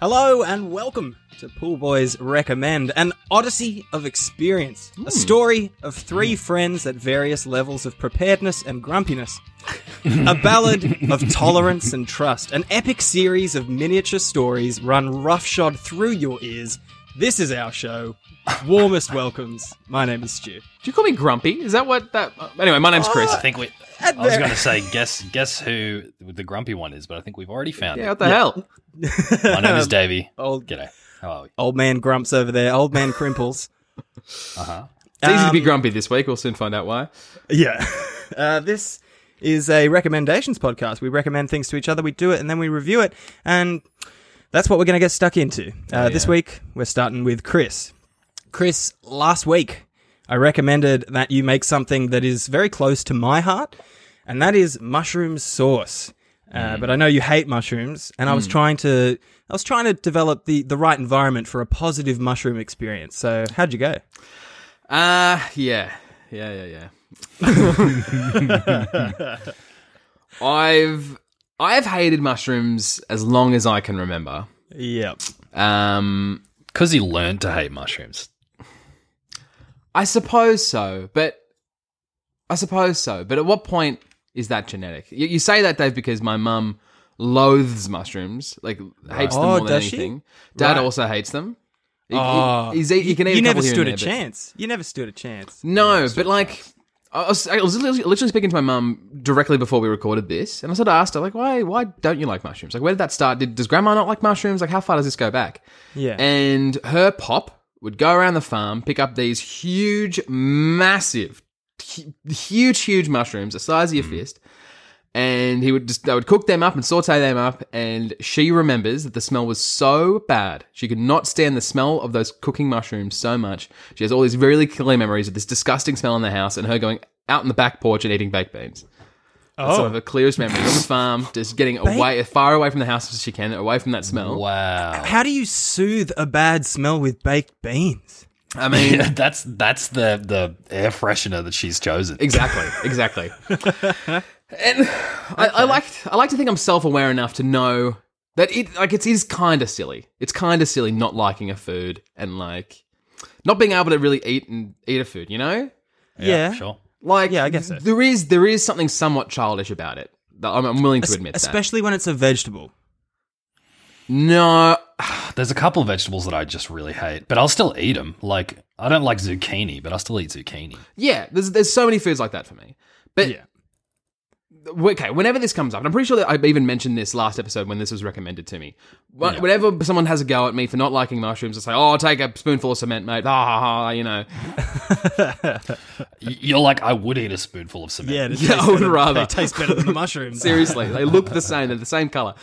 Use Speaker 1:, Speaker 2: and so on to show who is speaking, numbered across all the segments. Speaker 1: Hello and welcome to Pool Boys Recommend, an odyssey of experience, a story of three friends at various levels of preparedness and grumpiness, a ballad of tolerance and trust, an epic series of miniature stories run roughshod through your ears. This is our show. Warmest welcomes. My name is Stu.
Speaker 2: Do you call me grumpy? Is that what that? uh, anyway, my name's Chris.
Speaker 3: I think we. I was going to say guess guess who the grumpy one is, but I think we've already found
Speaker 2: yeah,
Speaker 3: it.
Speaker 2: what the hell?
Speaker 3: My name is Davey.
Speaker 1: Old
Speaker 3: G'day. How are we?
Speaker 1: old man Grumps over there. Old man Crimples.
Speaker 3: Uh huh.
Speaker 2: It's easy to be
Speaker 1: Um,
Speaker 2: grumpy this week. We'll soon find out why.
Speaker 1: Yeah. Uh, this is a recommendations podcast. We recommend things to each other, we do it, and then we review it. And that's what we're going to get stuck into. Uh,
Speaker 2: Oh,
Speaker 1: This week, we're starting with Chris. Chris, last week, I recommended that you make something that is very close to my heart, and that is mushroom sauce. Uh,
Speaker 2: Mm.
Speaker 1: But I know you hate mushrooms, and I was trying to, I was trying to develop the the right environment for a positive mushroom experience. So how'd you go?
Speaker 2: Uh yeah, yeah, yeah, yeah. I've I've hated mushrooms as long as I can remember.
Speaker 1: Yep.
Speaker 2: Um,
Speaker 3: Because he learned to hate mushrooms.
Speaker 2: I suppose so, but I suppose so. But at what point is that genetic? You, you say that, Dave, because my mum loathes mushrooms, like hates them
Speaker 1: Oh,
Speaker 2: more than
Speaker 1: does she?
Speaker 2: anything. Dad
Speaker 1: Right.
Speaker 2: also hates them. He,
Speaker 1: Oh.
Speaker 2: he, he's, he can eat
Speaker 1: You
Speaker 2: a
Speaker 1: never
Speaker 2: couple here and
Speaker 1: stood
Speaker 2: there,
Speaker 1: a
Speaker 2: but-
Speaker 1: chance. You never stood a chance.
Speaker 2: No, but like, I was, I was literally literally speaking to my mum directly before we recorded this, and I sort of asked her like, why why don't you like mushrooms? Like, where did that start? Did, does grandma not like mushrooms? Like, how far does this go back?
Speaker 1: Yeah.
Speaker 2: And her pop would go around the farm, pick up these huge, massive, hu- huge, huge mushrooms, the size of your fist. And he would just, they would cook them up and saute them up. And she remembers that the smell was so bad. She could not stand the smell of those cooking mushrooms so much. She has all these really clear memories of this disgusting smell in the house and her going out in the back porch and eating baked beans. That's some of her clearest memories on the farm, just getting away, as far away from the house as she can, away from that smell. Oh.
Speaker 3: Wow.
Speaker 1: How do you soothe a bad smell with baked beans?
Speaker 2: I mean,
Speaker 3: that's that's the the air freshener that she's chosen.
Speaker 2: Exactly. Exactly. and I, I like I like to think I'm self aware enough to know that it like it is kind of silly. It's kind of silly not liking a food and like not being able to really eat and eat a food. You know,
Speaker 1: Yeah.
Speaker 3: Sure.
Speaker 2: like
Speaker 1: Yeah, I guess so.
Speaker 2: there is there is something somewhat childish about it. that I'm, I'm willing to admit that.
Speaker 1: Especially when it's a vegetable.
Speaker 2: No,
Speaker 3: There's a couple of vegetables that I just really hate, but I'll still eat them. Like I don't like zucchini, but I still eat zucchini.
Speaker 2: yeah. There's there's so many foods like that for me. But
Speaker 1: Yeah.
Speaker 2: okay, whenever this comes up, and I'm pretty sure that I even mentioned this last episode when this was recommended to me. Wh- Whenever someone has a go at me for not liking mushrooms, I say, "Oh, take a spoonful of cement, mate." Ah, Ha ha ha. You know,
Speaker 3: Y- You're like I would eat a spoonful of cement.
Speaker 1: it
Speaker 2: Yeah, tastes I would better- rather.
Speaker 1: It
Speaker 2: it
Speaker 1: tastes better than the mushrooms.
Speaker 2: seriously, they look the same. They're the same color.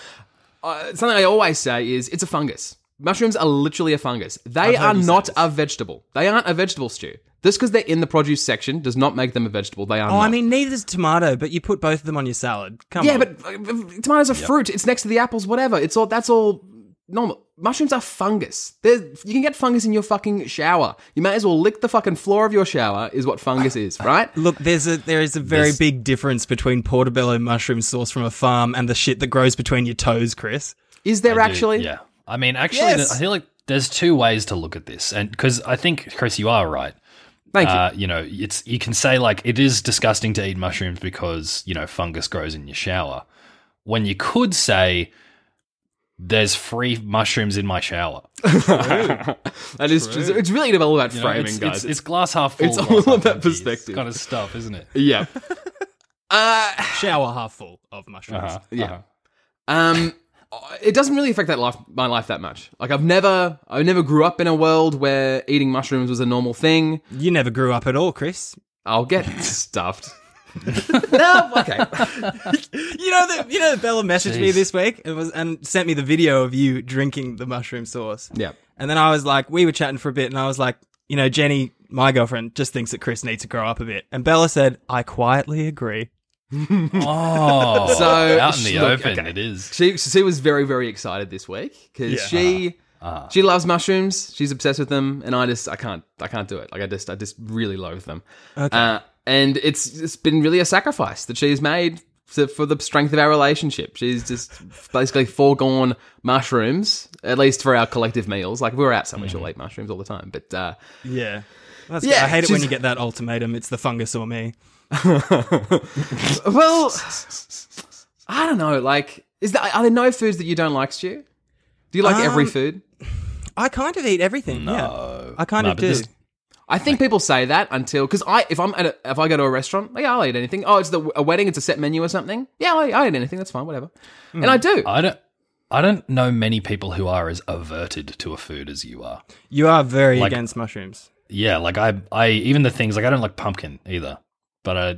Speaker 2: Uh, something I always say is, "It's a fungus." Mushrooms are literally a fungus. They are not a vegetable. They aren't a vegetable stew. Just because they're in the produce section does not make them a vegetable. They are.
Speaker 1: Oh,
Speaker 2: not.
Speaker 1: I mean, neither's tomato, but you put both of them on your salad. Come
Speaker 2: Yeah,
Speaker 1: on.
Speaker 2: but uh, uh, tomatoes are fruit. It's next to the apples, whatever. It's all that's all normal. Mushrooms are fungus. They're, you can get fungus in your fucking shower. You may as well lick the fucking floor of your shower. Is what fungus is, right?
Speaker 1: Look, there's a there is a very
Speaker 3: This-
Speaker 1: big difference between portobello mushroom sauce from a farm and the shit that grows between your toes, Chris.
Speaker 2: Is there
Speaker 3: I do,
Speaker 2: actually?
Speaker 3: Yeah. I mean, actually,
Speaker 1: Yes.
Speaker 3: I feel like there's two ways to look at this. And because I think, Chris, you are right.
Speaker 2: Thank you.
Speaker 3: Uh, you know, it's you can say like it is disgusting to eat mushrooms because you know fungus grows in your shower. When you could say there's free mushrooms in my shower. You
Speaker 2: that is. True. It's really all about
Speaker 3: know,
Speaker 2: framing,
Speaker 3: it's,
Speaker 2: guys.
Speaker 3: it's, it's glass half full.
Speaker 2: it's
Speaker 3: glass
Speaker 2: all
Speaker 3: half
Speaker 2: about
Speaker 3: empty.
Speaker 2: perspective.
Speaker 3: It's kind of stuff, isn't it?
Speaker 2: yeah. uh,
Speaker 1: Shower half full of mushrooms.
Speaker 3: Uh-huh.
Speaker 2: Yeah. Um, it doesn't really affect that life, my life that much. Like I've never, I never grew up in a world where eating mushrooms was a normal thing.
Speaker 1: You never grew up at all, Chris.
Speaker 2: I'll get stuffed. no, okay.
Speaker 1: You know that you know that Bella messaged me
Speaker 3: Jeez.
Speaker 1: this week and was and sent me the video of you drinking the mushroom sauce.
Speaker 2: Yeah.
Speaker 1: And then I was like, we were chatting for a bit, and I was like, you know, Jenny, my girlfriend, just thinks that Chris needs to grow up a bit. And Bella said, I quietly agree.
Speaker 3: Oh,
Speaker 2: So,
Speaker 3: out in the
Speaker 2: look,
Speaker 3: open,
Speaker 2: okay.
Speaker 3: it is.
Speaker 2: She she was very very excited this week because she she loves mushrooms. She's obsessed with them, and I just I can't I can't do it. Like I just I just really loathe them. Okay. Uh, and it's it's been really a sacrifice that she's made so for the strength of our relationship. She's just basically foregone mushrooms, at least for our collective meals. Like, if we were out somewhere, she'll eat mushrooms all the time. But uh,
Speaker 1: Yeah. That's
Speaker 2: Yeah,
Speaker 1: good. I hate it when
Speaker 2: she's-
Speaker 1: you get that ultimatum. It's the fungus or me.
Speaker 2: Well, I don't know. Like, is there, are there no foods that you don't like, Stu? Do you like every
Speaker 1: Um,
Speaker 2: food?
Speaker 1: I kind of eat everything.
Speaker 3: No.
Speaker 1: Yeah. I kind
Speaker 3: No,
Speaker 1: of
Speaker 3: but
Speaker 1: do.
Speaker 3: this-
Speaker 2: I think people say that until because I if I'm at a, if I go to a restaurant, like, yeah, I'll eat anything. Oh, it's the a wedding, it's a set menu or something. Yeah, I, I eat anything. That's fine, whatever.
Speaker 3: Hmm.
Speaker 2: And I do.
Speaker 3: I don't. I don't know many people who are as averted to a food as you are.
Speaker 1: You are very
Speaker 3: Like-
Speaker 1: against mushrooms.
Speaker 3: Yeah, like I, I even the things like I don't like pumpkin either, but I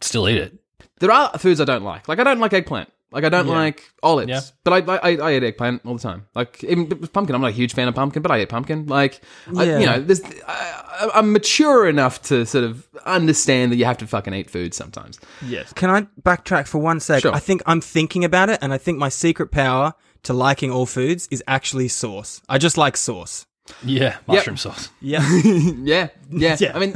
Speaker 3: still eat it.
Speaker 2: there are foods I don't like. Like I don't like eggplant. Like I don't like olives.
Speaker 3: Yeah.
Speaker 2: But I, I I eat eggplant all the time. Like even with pumpkin. I'm not a huge fan of pumpkin, but I eat pumpkin. Like I,
Speaker 1: Yeah.
Speaker 2: you know, there's I, I- I'm mature enough to sort of understand that you have to fucking eat food sometimes.
Speaker 1: Yes. Can I backtrack for one sec?
Speaker 2: Sure.
Speaker 1: I think I'm thinking about it, and I think my secret power to liking all foods is actually sauce. I just like sauce.
Speaker 3: Yeah, mushroom sauce.
Speaker 1: Yeah.
Speaker 2: yeah, yeah,
Speaker 1: Yeah.
Speaker 2: I mean,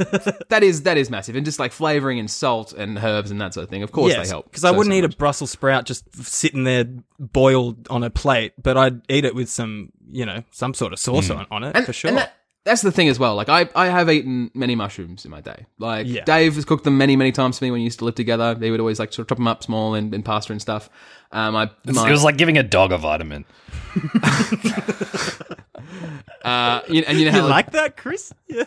Speaker 2: that is that is massive, and just like flavoring and salt and herbs and that sort of thing. Of course, they help.
Speaker 1: Because I
Speaker 2: so,
Speaker 1: wouldn't
Speaker 2: so
Speaker 1: eat
Speaker 2: much.
Speaker 1: a Brussels sprout just f- sitting there boiled on a plate, but I'd eat it with some, you know, some sort of sauce on, on it for sure.
Speaker 2: And that, that's the thing as well. Like I, I have eaten many mushrooms in my day. Like
Speaker 1: Yeah.
Speaker 2: Dave has cooked them many, many times for me when we used to live together. He would always like sort of chop them up small and, and pasta and stuff. Um, I, my,
Speaker 3: It was like giving a dog a vitamin.
Speaker 2: uh, you, and you know how
Speaker 1: you like that, Chris? Yeah.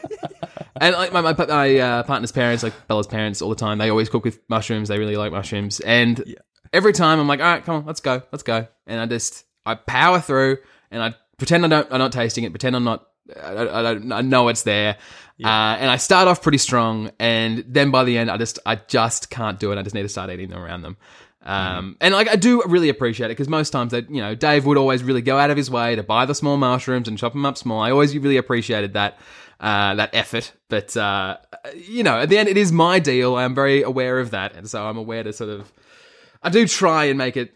Speaker 2: and like my my, pa- my uh, partner's parents, like Bella's parents, all the time. They always cook with mushrooms. They really like mushrooms. And every time I'm like, all right, come on, let's go, let's go. And I just I power through and I pretend I don't I'm not tasting it. Pretend I'm not. I, I, I don't- I know it's there, uh, and I start off pretty strong, and then by the end, I just I just can't do it. I just need to start eating them around them. Um, and like I do really appreciate it because most times that you know Dave would always really go out of his way to buy the small mushrooms and chop them up small. I always really appreciated that uh, that effort, but uh, you know at the end it is my deal. I am very aware of that, and so I'm aware to sort of I do try and make it.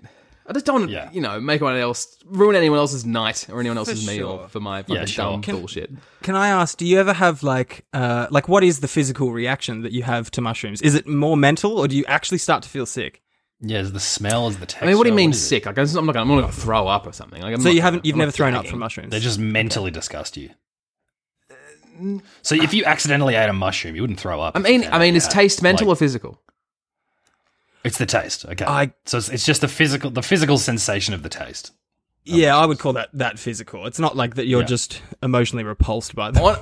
Speaker 2: I just don't want to
Speaker 3: Yeah.
Speaker 2: you know make anyone else ruin anyone else's night or anyone else's meal
Speaker 1: sure.
Speaker 2: for my fucking
Speaker 3: sure.
Speaker 2: dumb
Speaker 1: Can-
Speaker 2: bullshit.
Speaker 1: Can I ask, do you ever have like, uh, like what is the physical reaction that you have to mushrooms? Is it more mental or do you actually start to feel sick?
Speaker 3: Yeah, it's the smell is the texture.
Speaker 2: I mean, what do you mean
Speaker 3: is it?
Speaker 2: sick? Like I'm not gonna, I'm not gonna throw up or something. Like, I'm
Speaker 1: So
Speaker 2: not
Speaker 1: you haven't,
Speaker 2: gonna-
Speaker 1: you've
Speaker 2: I'm
Speaker 1: never
Speaker 2: not
Speaker 1: thrown up
Speaker 2: gagging.
Speaker 1: from mushrooms?
Speaker 3: They just mentally disgust you. So if you accidentally ate a mushroom, you wouldn't throw up.
Speaker 2: Uh, I mean, I mean, is
Speaker 3: Yeah.
Speaker 2: taste mental
Speaker 3: Like,
Speaker 2: or physical?
Speaker 3: it's the taste. Okay,
Speaker 1: I-
Speaker 3: so it's, it's just the physical, the physical sensation of the taste.
Speaker 1: yeah, I would call that that physical. It's not like that you're
Speaker 3: Yeah.
Speaker 1: just emotionally repulsed by them.
Speaker 2: On-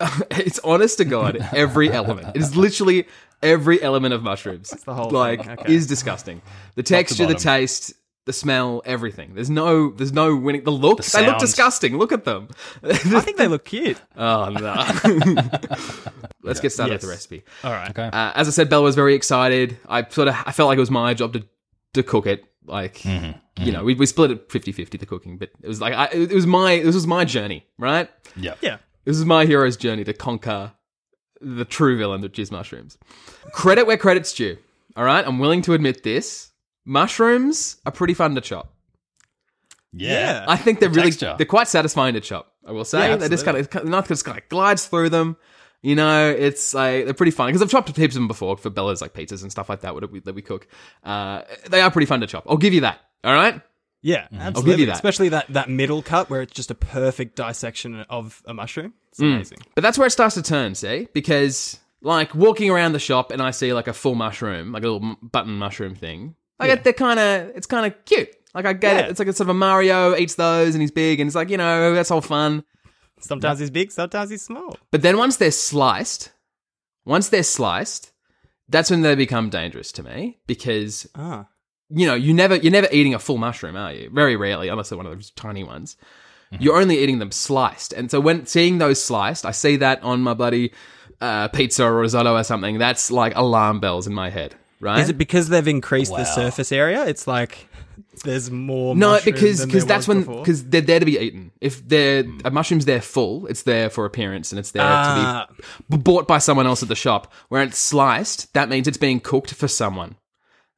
Speaker 2: it's honest to God, every element. It is literally every element of mushrooms.
Speaker 1: the whole
Speaker 2: like
Speaker 1: thing, okay.
Speaker 2: is disgusting. The texture, the
Speaker 3: bottom.
Speaker 2: taste, the smell, everything. There's no, there's no winning. The look, they look
Speaker 3: sound.
Speaker 2: disgusting. Look at them.
Speaker 1: I think they look cute.
Speaker 2: oh no. Let's get started with the
Speaker 1: Yes.
Speaker 2: recipe.
Speaker 1: All right.
Speaker 3: Okay,
Speaker 2: Uh, as I said, Bella was very excited. I sort of I felt like it was my job to to cook it. Like you know, we, we split it 50-50, the cooking, but it was like I, it was my this was my journey, right?
Speaker 3: yeah,
Speaker 1: Yeah.
Speaker 2: This is my hero's journey to conquer the true villain, which is mushrooms. Credit where credit's due. All right, I'm willing to admit this. Mushrooms are pretty fun to chop.
Speaker 3: yeah.
Speaker 2: I think they're really
Speaker 3: texture.
Speaker 2: they're quite satisfying to chop. I will say
Speaker 1: Uh, Yeah,
Speaker 2: they just kind of nothing just kind of glides through them. You know, it's like they're pretty fun because I've chopped heaps of them before for Bella's like pizzas and stuff like that. What we, that we cook, uh, they are pretty fun to chop. I'll give you that. All right,
Speaker 1: Yeah,
Speaker 2: I'll
Speaker 1: absolutely.
Speaker 2: give you that.
Speaker 1: Especially that, that middle cut where it's just a perfect dissection of a mushroom. It's
Speaker 2: Mm.
Speaker 1: amazing.
Speaker 2: But that's where it starts to turn, see? Because, like, walking around the shop and I see, like, a full mushroom, like a little m- button mushroom thing. Like, it they're kind of, it's kind of cute. Like, I get it.
Speaker 1: Yeah.
Speaker 2: It's like a sort of a Mario eats those and he's big and it's like, you know, that's all fun.
Speaker 1: Sometimes he's big, sometimes he's small.
Speaker 2: But then once they're sliced, once they're sliced, that's when they become dangerous to me because
Speaker 1: Ah.
Speaker 2: you know, you never you're never eating a full mushroom, are you? Very rarely, unless they're one of those tiny ones.
Speaker 1: Mm-hmm.
Speaker 2: You're only eating them sliced, and so when seeing those sliced, I see that on my bloody uh, pizza or risotto or something. That's like alarm bells in my head, right?
Speaker 1: Is it because they've increased
Speaker 3: Wow.
Speaker 1: the surface area? It's like there's more.
Speaker 2: no,
Speaker 1: mushroom
Speaker 2: because
Speaker 1: than
Speaker 2: because
Speaker 1: there was
Speaker 2: that's when
Speaker 1: before? Hmm.
Speaker 2: because they're there to be eaten. If they're a mushroom's there full, it's there for appearance and it's there
Speaker 1: Ah.
Speaker 2: to be b- bought by someone else at the shop. Where it's sliced, that means it's being cooked for someone.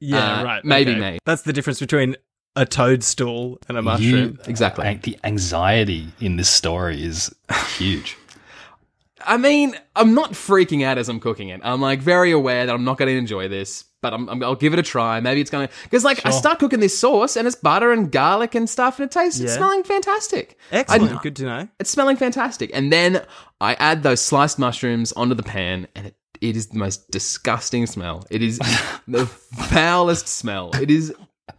Speaker 1: yeah,
Speaker 2: uh,
Speaker 1: right.
Speaker 2: maybe
Speaker 1: okay.
Speaker 2: me.
Speaker 1: That's the difference between a toadstool and a mushroom.
Speaker 3: You-
Speaker 2: Exactly.
Speaker 3: I think the anxiety in this story is huge.
Speaker 2: I mean, I'm not freaking out as I'm cooking it. I'm like very aware that I'm not going to enjoy this, but I'm, I'm, I'll give it a try. Maybe it's going to because like I
Speaker 3: Sure.
Speaker 2: start cooking this sauce and it's butter and garlic and stuff, and it tastes it's
Speaker 1: Yeah.
Speaker 2: smelling fantastic.
Speaker 1: Excellent.
Speaker 2: I-
Speaker 1: Good to know.
Speaker 2: it's smelling fantastic. And then I add those sliced mushrooms onto the pan, and it, it is the most disgusting smell. It is the foulest smell. It is.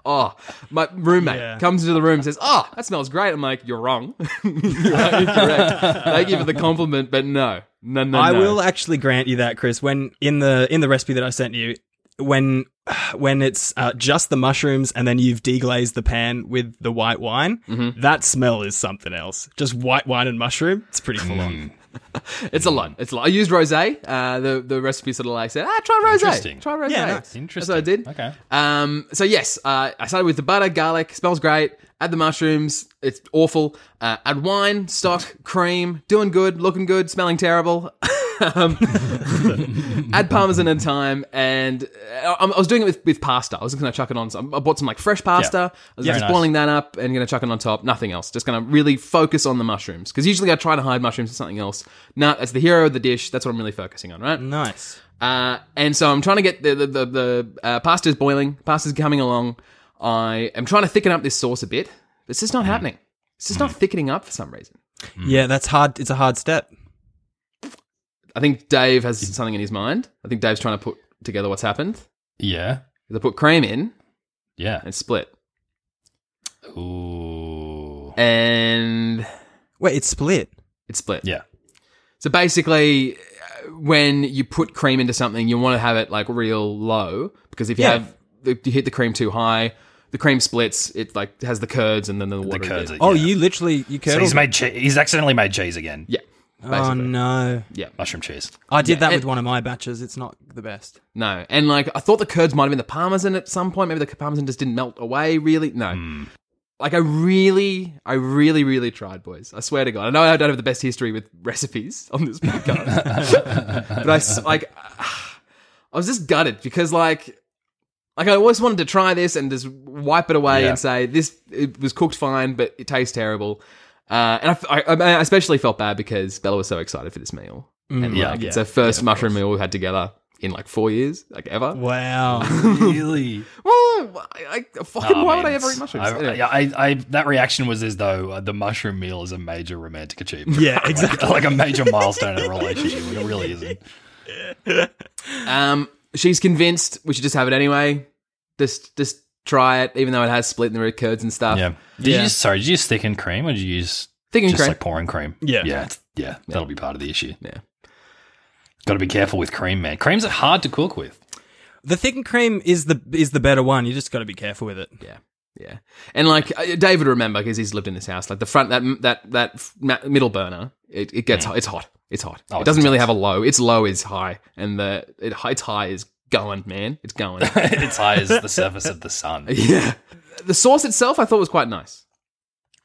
Speaker 2: Oh, my roommate
Speaker 1: Yeah.
Speaker 2: comes into the room and says, "Oh, that smells great." I'm like, "You're wrong. You're incorrect." Thank you for the compliment, but no, no, no.
Speaker 1: I
Speaker 2: no.
Speaker 1: will actually grant you that, Chris. When in the in the recipe that I sent you, when when it's uh, just the mushrooms and then you've deglazed the pan with the white wine,
Speaker 3: Mm-hmm.
Speaker 1: that smell is something else. Just white wine and mushroom, it's pretty full
Speaker 3: Mm.
Speaker 1: on.
Speaker 2: It's a lot. It's a lot. I used rosé. Uh, the the recipe sort of like said, "Ah, try
Speaker 3: Interesting.
Speaker 2: rosé. Try rosé."
Speaker 1: Yeah, nice.
Speaker 2: That's
Speaker 3: Interesting.
Speaker 2: what I did.
Speaker 3: Okay.
Speaker 2: Um, so yes, uh, I started with the butter, garlic, smells great. Add the mushrooms, it's awful. Uh, add wine, stock, cream, doing good, looking good, smelling terrible. um, add parmesan and thyme, and uh, I, I was doing it with, with pasta. I was just gonna chuck it on. Some, I bought some like fresh pasta. I was
Speaker 3: Yeah.
Speaker 2: just
Speaker 3: Very nice.
Speaker 2: boiling that up and gonna chuck it on top. Nothing else. Just gonna really focus on the mushrooms because usually I try to hide mushrooms or something else. No, that's the hero of the dish. That's what I'm really focusing on, right?
Speaker 1: Nice.
Speaker 2: Uh, and so I'm trying to get the the the, the uh, pasta's boiling, pasta's coming along. I am trying to thicken up this sauce a bit, but it's just
Speaker 3: Mm.
Speaker 2: not happening. It's just not thickening up for some reason.
Speaker 1: Yeah, that's hard. It's a hard step.
Speaker 2: I think Dave has something in his mind. I think Dave's trying to put together what's happened.
Speaker 3: Yeah.
Speaker 2: They put cream in
Speaker 3: Yeah.
Speaker 2: and split,
Speaker 3: Ooh.
Speaker 2: and
Speaker 1: Wait, it's split.
Speaker 2: it split.
Speaker 3: Yeah.
Speaker 2: So basically, uh, when you put cream into something, you want to have it like real low because if you
Speaker 1: Yeah.
Speaker 2: have if you hit the cream too high, the cream splits. It like has the curds and then the water.
Speaker 3: The curds. Are,
Speaker 1: Oh,
Speaker 3: yeah.
Speaker 1: you literally you
Speaker 3: So
Speaker 1: curdled.
Speaker 3: he's made. Che- he's accidentally made cheese again.
Speaker 2: Yeah.
Speaker 1: oh no,
Speaker 2: Yeah.
Speaker 3: Mushroom cheese.
Speaker 1: I did
Speaker 2: Yeah,
Speaker 1: that
Speaker 2: and-
Speaker 1: with one of my batches. It's not the best.
Speaker 2: No, and like I thought the curds might have been the parmesan at some point. Maybe the parmesan just didn't melt away. Really, no.
Speaker 3: Hmm.
Speaker 2: Like I really, I really, really tried, boys. I swear to God. I know I don't have the best history with recipes on this podcast, but I s- like, ah, I was just gutted because like, like I always wanted to try this and just wipe it away
Speaker 3: Yeah.
Speaker 2: and say this it was cooked fine, but it tastes terrible. Uh, and I f- I, I- I especially felt bad because Bella was so excited for this meal, and
Speaker 3: Mm. yeah.
Speaker 2: like, it's
Speaker 1: Yeah.
Speaker 2: her first mushroom meal we've had together in like four years, like ever.
Speaker 1: Wow.
Speaker 3: really.
Speaker 2: Well, I, I, fucking
Speaker 3: Oh,
Speaker 2: why
Speaker 3: man,
Speaker 2: would I ever
Speaker 3: it's-
Speaker 2: eat mushrooms?
Speaker 3: I,
Speaker 2: Anyway.
Speaker 3: I, I, I- that reaction was as though uh, the mushroom meal is a major romantic achievement.
Speaker 1: Yeah,
Speaker 3: Like-
Speaker 1: exactly.
Speaker 3: like, a major milestone in a relationship. It really isn't.
Speaker 2: Um, she's convinced we should just have it anyway. Just, just try it, even though it has split and there are curds and stuff.
Speaker 3: Yeah. Did
Speaker 2: Uh, Yeah.
Speaker 3: you use sorry? Did you use thickened cream or did you use
Speaker 2: Thickened
Speaker 3: just
Speaker 2: cream.
Speaker 3: like pouring cream?
Speaker 1: Yeah.
Speaker 3: yeah, it's- yeah. That'll be part of the issue.
Speaker 2: Yeah.
Speaker 3: Got to be careful with cream, man. Creams are hard to cook with.
Speaker 1: The thickened cream is the is the better one. You just got to be careful with it.
Speaker 2: yeah, yeah. And like uh, David, remember because he's lived in this house. Like the front that that that f- ma- middle burner, it, it gets hot. It's hot. Mm. It's hot.
Speaker 3: Oh,
Speaker 2: it
Speaker 3: it's
Speaker 2: doesn't really have a low. Its low is high, and the it, its high is going, man. It's going.
Speaker 3: it's high as the surface of the sun.
Speaker 2: Yeah. The sauce itself, I thought was quite nice.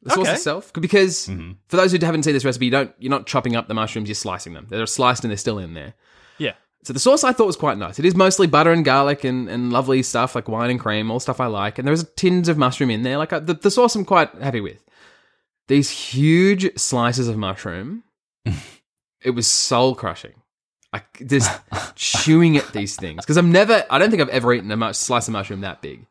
Speaker 2: The sauce
Speaker 1: Okay. Mm-hmm.
Speaker 2: itself, because for those who haven't seen this recipe, you don't you're not chopping up the mushrooms, you're slicing them. They're sliced and they're still in there.
Speaker 1: Yeah.
Speaker 2: So the sauce I thought was quite nice. It is mostly butter and garlic and, and lovely stuff like wine and cream, all stuff I like. And there's tins of mushroom in there. Like I, the, the sauce, I'm quite happy with. These huge slices of mushroom. it was soul crushing. I c- just chewing at these things because I've never. I don't think I've ever eaten a much slice of mushroom that big.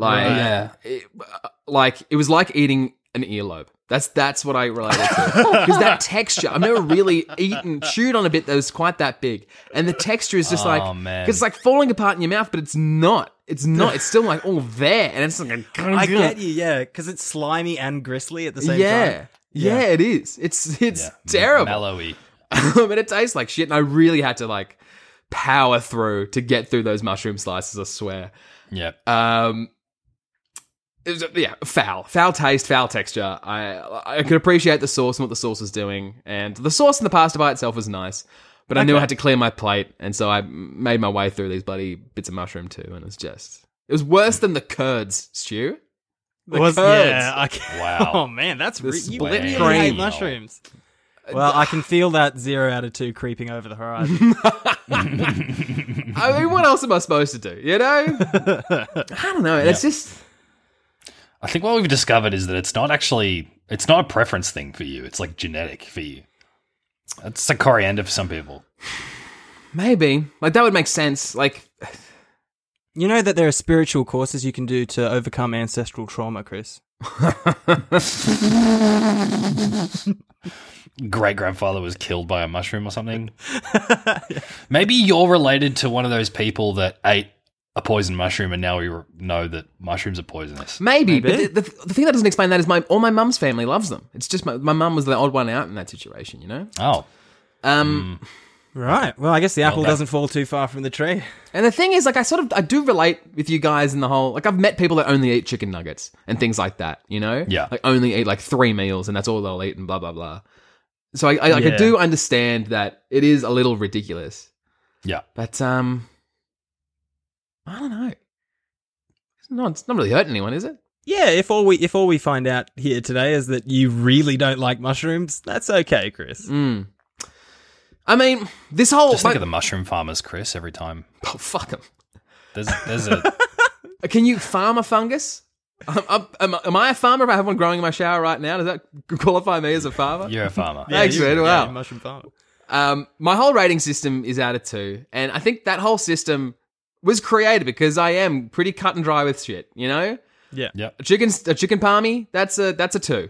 Speaker 2: Like,
Speaker 1: Right.
Speaker 3: Yeah.
Speaker 2: it, uh, like it was like eating an earlobe. That's that's what I related to because that texture. I've never really eaten chewed on a bit that was quite that big, and the texture is just
Speaker 3: Oh,
Speaker 2: like
Speaker 3: man.
Speaker 2: 'cause it's like falling apart in your mouth, but it's not. It's not. It's still like all there, and it's like a-
Speaker 1: I get you, yeah, because it's slimy and gristly at the same
Speaker 2: yeah.
Speaker 1: time.
Speaker 2: yeah, it is. It's it's terrible.
Speaker 3: Mellowy.
Speaker 2: I mean, it tastes like shit, and I really had to like power through to get through those mushroom slices. I swear.
Speaker 3: Yeah.
Speaker 2: Um, it was, yeah, foul, foul taste, foul texture. I I could appreciate the sauce and what the sauce was doing, and the sauce and the pasta by itself was nice. But I knew I had to clear my plate, and so I m- made my way through these bloody bits of mushroom too, and it was just it was worse than the curds stew. The
Speaker 1: Was-
Speaker 2: curds.
Speaker 1: yeah, I can-
Speaker 3: Wow.
Speaker 1: Oh man, that's re-
Speaker 2: This
Speaker 1: you
Speaker 3: way.
Speaker 1: really hate
Speaker 2: Cream.
Speaker 1: mushrooms. Well, I can feel that zero out of two creeping over the horizon.
Speaker 2: I mean, what else am I supposed to do? You know, I don't know. It's just
Speaker 3: I think what we've discovered is that it's not actually it's not a preference thing for you. It's like genetic for you. It's the coriander for some people.
Speaker 2: Maybe. Like, that would make sense. Like,
Speaker 1: You know that there are spiritual courses you can do to overcome ancestral trauma, Chris.
Speaker 3: Great grandfather was killed by a mushroom or something. Maybe you're related to one of those people that ate a poison mushroom and now we re- know that mushrooms are poisonous.
Speaker 2: maybe.
Speaker 1: Maybe.
Speaker 2: But the, the, the thing that doesn't explain that is my all my mum's family loves them. It's just my, my mum was the odd one out in that situation, you know?
Speaker 3: Oh, hmm.
Speaker 2: Um,
Speaker 1: Right. Well, I guess the apple
Speaker 3: that-
Speaker 1: doesn't fall too far from the tree.
Speaker 3: Mm.
Speaker 2: And the thing is, like, I sort of I do relate with you guys in the whole. Like, I've met people that only eat chicken nuggets and things like that. You know,
Speaker 3: Yeah.
Speaker 2: like only eat like three meals and that's all they'll eat and blah blah blah. So I I, like, I
Speaker 1: Yeah.
Speaker 2: do understand that it is a little ridiculous.
Speaker 3: Yeah.
Speaker 2: but um, I don't know. It's not it's not really hurting anyone, is it?
Speaker 1: Yeah, if all we if all we find out here today is that you really don't like mushrooms, that's okay, Chris.
Speaker 2: Mm. I mean, this
Speaker 1: oh,
Speaker 2: whole
Speaker 3: just think
Speaker 2: like-
Speaker 3: of the mushroom farmers, Chris, every time.
Speaker 2: oh, fuck 'em.
Speaker 3: There's, there's a.
Speaker 2: Can you farm a fungus? I'm, I'm, am I- am I a farmer if I have one growing in my shower right now? Does that qualify me as a farmer?
Speaker 3: You're a farmer.
Speaker 1: Yeah,
Speaker 2: Thanks,
Speaker 1: you-
Speaker 2: man.
Speaker 1: yeah,
Speaker 2: Wow.
Speaker 1: you're a mushroom farmer.
Speaker 2: Um, my whole rating system is out of two, and I think that whole system was created because I am pretty cut and dry with shit. You know,
Speaker 1: Yeah.
Speaker 3: Yep.
Speaker 2: a chicken, a chicken palmy, that's a that's a two,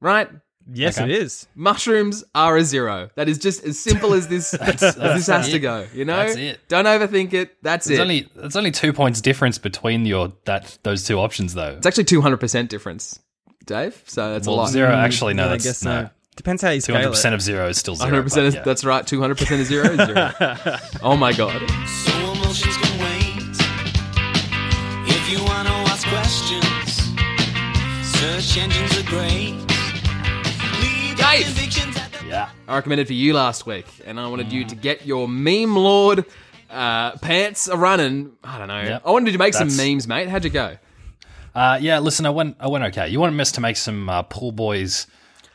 Speaker 2: right?
Speaker 1: Yes,
Speaker 3: Okay.
Speaker 1: it is.
Speaker 2: Mushrooms are a zero. That is just as simple as this. as
Speaker 3: that's
Speaker 2: this has to
Speaker 3: it.
Speaker 2: go. You know,
Speaker 3: That's it.
Speaker 2: Don't overthink it. That's
Speaker 3: There's
Speaker 2: it.
Speaker 3: only there's only two points difference between your that those two options though.
Speaker 2: it's actually two hundred percent difference, Dave. So that's
Speaker 3: Well,
Speaker 2: a lot.
Speaker 3: zero actually
Speaker 1: Mm,
Speaker 3: no,
Speaker 1: Yeah,
Speaker 3: that's
Speaker 1: I guess
Speaker 3: no.
Speaker 1: so. Depends how you
Speaker 3: Two
Speaker 1: scale
Speaker 3: hundred
Speaker 1: it.
Speaker 3: percent of zero is still zero.
Speaker 2: 100% is,
Speaker 3: but yeah.
Speaker 2: that's right 200% is zero is zero oh my god
Speaker 4: So emotions can wait. If you wanna ask questions, search engines are great. Leave your
Speaker 2: Dave.
Speaker 4: convictions at the
Speaker 3: yeah.
Speaker 2: I recommended for you last week, and I wanted you to get your meme lord uh, pants a running. I don't know.
Speaker 3: Yep.
Speaker 2: I wanted you to make some
Speaker 3: That's-
Speaker 2: memes, mate. How'd you go?
Speaker 3: Uh, yeah, listen, I went I went okay. You wanted us to make some uh, pool boys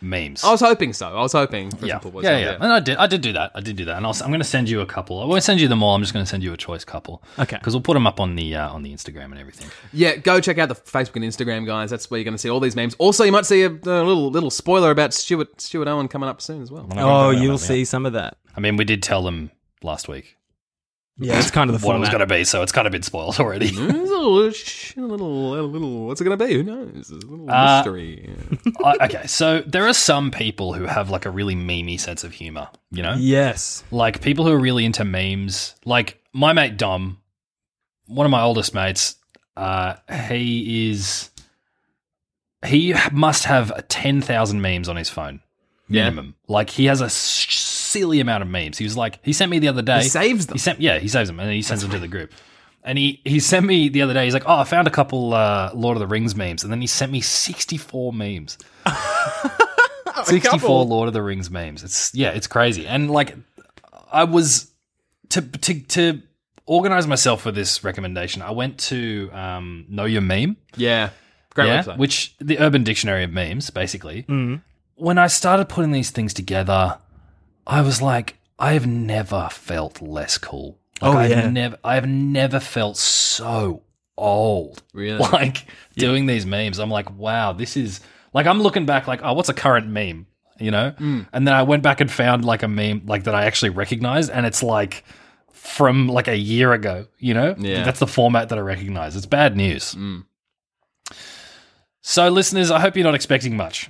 Speaker 3: memes.
Speaker 2: I was hoping so. I was hoping for
Speaker 3: yeah.
Speaker 2: some football.
Speaker 3: yeah, yeah, and I did. I did do that. I did do that, and I'll, s- I'm going to send you a couple. I won't send you them all. I'm just going to send you a choice couple.
Speaker 1: Okay.
Speaker 3: because we'll put them up on the uh, on the Instagram and everything.
Speaker 2: Yeah, go check out the Facebook and Instagram, guys. That's where you're going to see all these memes. Also, you might see a, a little little spoiler about Stuart Stuart Owen coming up soon as well.
Speaker 3: I'm not gonna
Speaker 1: Oh,
Speaker 3: talk about
Speaker 1: you'll
Speaker 3: them,
Speaker 1: see some of that.
Speaker 3: yeah. I mean, we did tell them last week
Speaker 1: Yeah, it's kind of the
Speaker 3: what it was
Speaker 1: format.
Speaker 3: going to be, so it's kind of been spoiled already.
Speaker 2: It's a little, sh- a little, a little. What's it going to be? Who knows? It's a little
Speaker 3: Uh,
Speaker 2: mystery.
Speaker 3: I, okay, so there are some people who have like a really memey sense of humor. You know,
Speaker 1: Yes.
Speaker 3: like people who are really into memes. Like my mate Dom, one of my oldest mates. Uh, he is. He must have ten thousand memes on his phone.
Speaker 2: Yeah.
Speaker 3: minimum. Like he has a s- silly amount of memes. He was like, he sent me the other day.
Speaker 2: He saves them.
Speaker 3: He sent, yeah, he saves them and then he sends them to the group. And he, he sent me the other day. He's like, oh, I found a couple uh, Lord of the Rings memes, and then he sent me sixty four memes. sixty four Lord of the Rings memes. It's yeah, it's crazy. And like, I was to to to organize myself for this recommendation. I went to um, Know Your Meme
Speaker 2: Yeah, great
Speaker 3: yeah,
Speaker 2: website.
Speaker 3: which the Urban Dictionary of memes, basically. When I started putting these things together, I was like, I have never felt less cool. Like,
Speaker 1: Oh,
Speaker 3: I've
Speaker 1: yeah.
Speaker 3: never, I have never felt so old.
Speaker 2: Really?
Speaker 3: Like doing these memes, I'm like, wow, this is like I'm looking back, like, oh, what's a current meme? You know,
Speaker 2: Mm.
Speaker 3: and then I went back and found like a meme like that I actually recognized, and it's like from like a year ago. You know,
Speaker 2: Yeah. Mm.
Speaker 3: that's the format that I recognize. It's bad news. So, listeners, I hope you're not expecting much.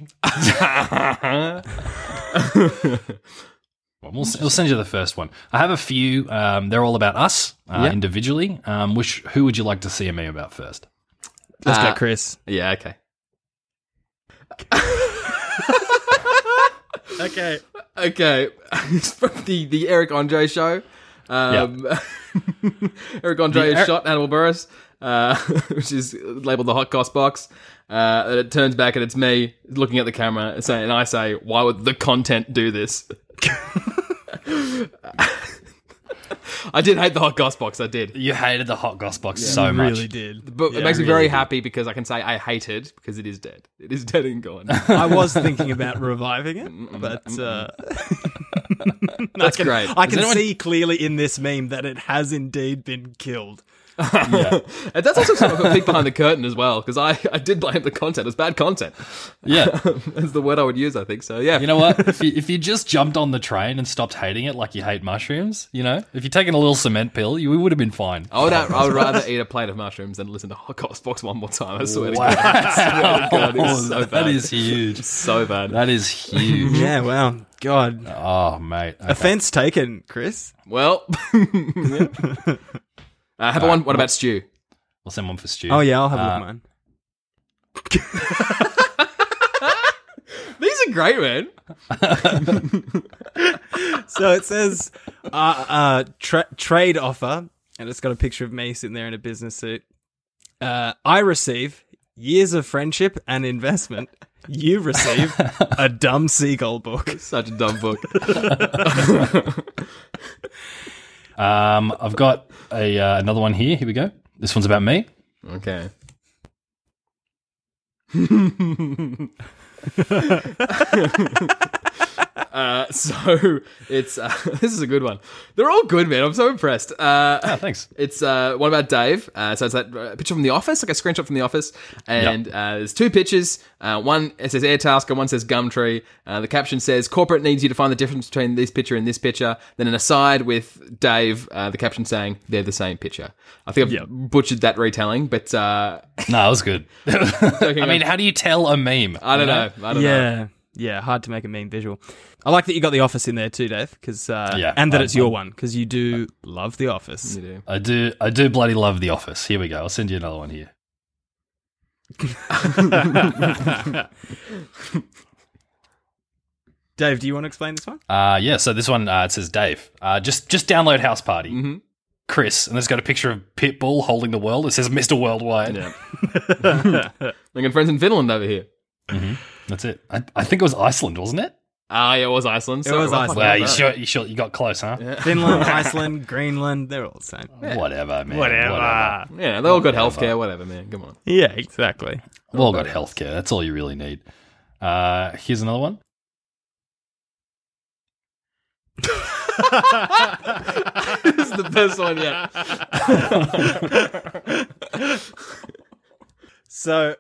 Speaker 3: Well, we'll, we'll send you the first one. I have a few. Um, they're all about us uh,
Speaker 2: Yeah.
Speaker 3: individually. Um, which who would you like to see a meme about first?
Speaker 1: Let's
Speaker 2: Uh,
Speaker 1: go, Chris.
Speaker 2: yeah, okay.
Speaker 1: Okay.
Speaker 2: Okay, it's from the, the Eric Andre show. Um, Eric Andre
Speaker 3: The
Speaker 2: has
Speaker 3: Er-
Speaker 2: shot Hannibal Burris, uh, which is labeled the Hot Goss Box. Uh, and it turns back and it's me looking at the camera and, saying, and I say, Why would the content do this? I did hate the Hot Goss Box, I did.
Speaker 3: You hated the hot goss box so much.
Speaker 1: Really did.
Speaker 2: But it makes me
Speaker 3: really
Speaker 2: very
Speaker 3: did.
Speaker 2: happy because I can say I hate it because it is dead. It is dead and gone.
Speaker 1: I was thinking about reviving it, but uh,
Speaker 2: That's
Speaker 1: I can,
Speaker 2: great.
Speaker 1: I can
Speaker 3: anyone-
Speaker 1: see clearly in this meme that it has indeed been killed.
Speaker 3: Yeah.
Speaker 2: And that's also sort of a peek behind the curtain as well, because I, I did blame the content. It's bad content.
Speaker 3: Yeah.
Speaker 2: That's the word I would use, I think. So, yeah.
Speaker 3: You know what? If you, if you just jumped on the train and stopped hating it like you hate mushrooms, you know, if you'd taken a little cement pill, you would have been fine.
Speaker 2: I would, I would rather eat a plate of mushrooms than listen to Holocaust Box one more time. I swear to God.
Speaker 3: Wow.
Speaker 2: God, it's so
Speaker 3: Oh, that
Speaker 2: bad.
Speaker 3: is huge.
Speaker 2: So bad.
Speaker 3: That is huge.
Speaker 1: yeah, wow. God.
Speaker 3: oh, mate. Okay.
Speaker 1: Offense taken, Chris.
Speaker 2: well, yeah. uh, how about one? What about Stew?
Speaker 3: We'll send one for Stu.
Speaker 1: Oh, yeah, I'll have a
Speaker 3: Uh,
Speaker 1: look at mine.
Speaker 2: These are great, man.
Speaker 1: So it says uh, uh, tra- trade offer, and it's got a picture of me sitting there in a business suit. Uh, I receive years of friendship and investment. You receive a dumb seagull book.
Speaker 2: Such a dumb book.
Speaker 3: Um, I've got a uh, another one here. Here we go. This one's about me.
Speaker 2: okay. uh, so it's uh, this is a good one. They're all good, man. I'm so impressed. Uh,
Speaker 3: Oh, thanks.
Speaker 2: It's uh, one about Dave. Uh, so it's that uh, picture from The Office, like a screenshot from The Office. And uh, there's two pictures. Uh, one it says AirTasker, one says Gumtree. Uh, the caption says, Corporate needs you to find the difference between this picture and this picture. Then an aside with Dave, uh, the caption saying, They're the same picture. I think I've
Speaker 1: Yep.
Speaker 2: butchered that retelling, but uh,
Speaker 3: No, it was good. I mean, how do you tell a meme?
Speaker 2: I don't know. I don't know.
Speaker 1: Yeah. Yeah, hard to make a mean visual. I like that you got The Office in there too, Dave, cause, uh,
Speaker 3: Yeah,
Speaker 1: and that
Speaker 3: I-
Speaker 1: it's your one, because you do love The Office.
Speaker 2: You do.
Speaker 3: I do. I do bloody love The Office. Here we go. I'll send you another one here.
Speaker 1: Dave, do you want to explain this one?
Speaker 3: Uh, yeah. So this one uh, it says Dave. Uh, just just download House Party.
Speaker 1: Mm-hmm.
Speaker 3: Chris, and it's got a picture of Pitbull holding the world. It says Mr. Worldwide.
Speaker 2: Yeah. Making friends in Finland over here.
Speaker 3: That's it. I, I think it was Iceland, wasn't it?
Speaker 2: Ah, yeah, it was Iceland. so
Speaker 1: was
Speaker 2: what the
Speaker 1: Iceland.
Speaker 2: fuck
Speaker 3: Wow,
Speaker 1: Well,
Speaker 3: you
Speaker 2: was that?
Speaker 3: sure you sure you got close, huh?
Speaker 1: Finland, Iceland, Greenland, they're all the same.
Speaker 3: Whatever, man.
Speaker 2: Yeah, they all got healthcare, whatever, man. Come on.
Speaker 1: Yeah, exactly.
Speaker 3: We've all got healthcare. That's all you really need. Uh, here's another one.
Speaker 2: this is the best one yet.
Speaker 1: So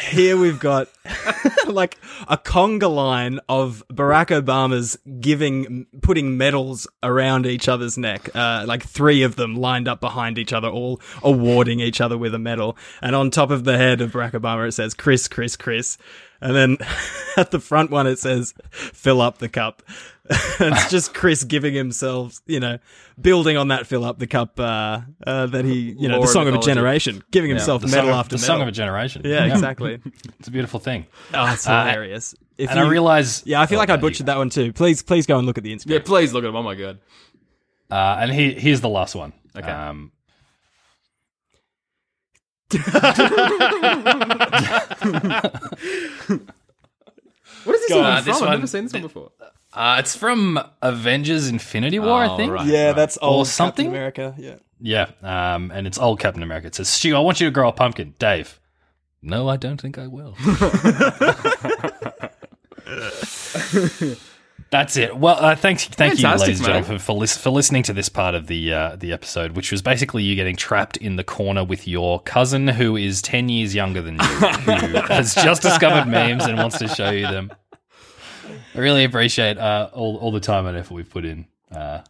Speaker 1: here we've got like a conga line of Barack Obama's giving, putting medals around each other's neck, uh, like three of them lined up behind each other, all awarding each other with a medal. And on top of the head of Barack Obama, it says Chris, Chris, Chris. And then at the front one, it says fill up the cup. it's just Chris giving himself, you know, building on that fill up the cup uh, uh, that he, you know,
Speaker 2: Lore
Speaker 1: the song of a
Speaker 2: mythology.
Speaker 1: generation, giving himself
Speaker 3: The
Speaker 1: medal
Speaker 3: song of,
Speaker 1: after
Speaker 3: the
Speaker 1: medal.
Speaker 3: song of a generation.
Speaker 1: Yeah, exactly.
Speaker 3: It's a beautiful thing.
Speaker 1: Oh, it's hilarious. If
Speaker 3: And
Speaker 1: you-
Speaker 3: I realize.
Speaker 1: yeah, I feel
Speaker 3: Oh,
Speaker 1: like I
Speaker 3: no, you-
Speaker 1: butchered that one too. Please, please go and look at the Instagram.
Speaker 2: Yeah, please look at him. Oh my god.
Speaker 3: Uh, and he, here's the last one.
Speaker 2: Okay.
Speaker 3: Um,
Speaker 2: What is this
Speaker 3: God,
Speaker 2: one
Speaker 3: uh,
Speaker 2: from?
Speaker 3: this
Speaker 2: I've never
Speaker 3: one-
Speaker 2: seen this one before.
Speaker 3: uh, it's from Avengers Infinity War, I
Speaker 2: Oh,
Speaker 3: think.
Speaker 2: right.
Speaker 1: Yeah, that's
Speaker 3: Or old Captain something?
Speaker 1: America. Yeah.
Speaker 3: Yeah. Um, and it's old Captain America. It says, Stu, I want you to grow a pumpkin. Dave. No, I don't think I will. That's it. Well, uh, thanks, thank you,
Speaker 2: Fantastic,
Speaker 3: ladies and
Speaker 2: mate.
Speaker 3: gentlemen, for, for, lis- for listening to this part of the uh, the episode, which was basically you getting trapped in the corner with your cousin who is ten years younger than you, who has just discovered memes and wants to show you them. I really appreciate uh, all all the time and effort we've put in uh,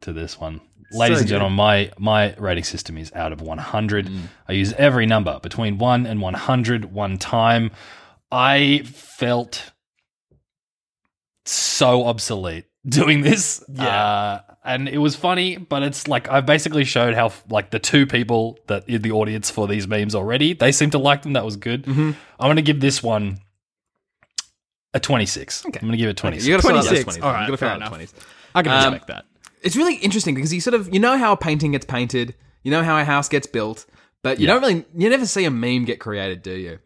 Speaker 3: to this one, ladies and
Speaker 1: good.
Speaker 3: gentlemen. My my rating system is out of one hundred. I use every number between one and 100 one time. I felt so obsolete doing this. Yeah. Uh, and it was funny, but it's like I basically showed how like the two people that in the audience for these memes already, they seem to like them. That was good. I'm gonna give this one a 26. I'm gonna give it 26.
Speaker 2: You gotta start out
Speaker 1: 26.
Speaker 2: twenties.
Speaker 1: All right,
Speaker 2: You gotta
Speaker 1: fair
Speaker 2: start out
Speaker 1: enough.
Speaker 2: twenties.
Speaker 1: I can
Speaker 2: Um,
Speaker 1: respect that.
Speaker 2: It's really interesting because you sort of you know how a painting gets painted, you know how a house gets built, but you don't really you never see a meme get created, do you?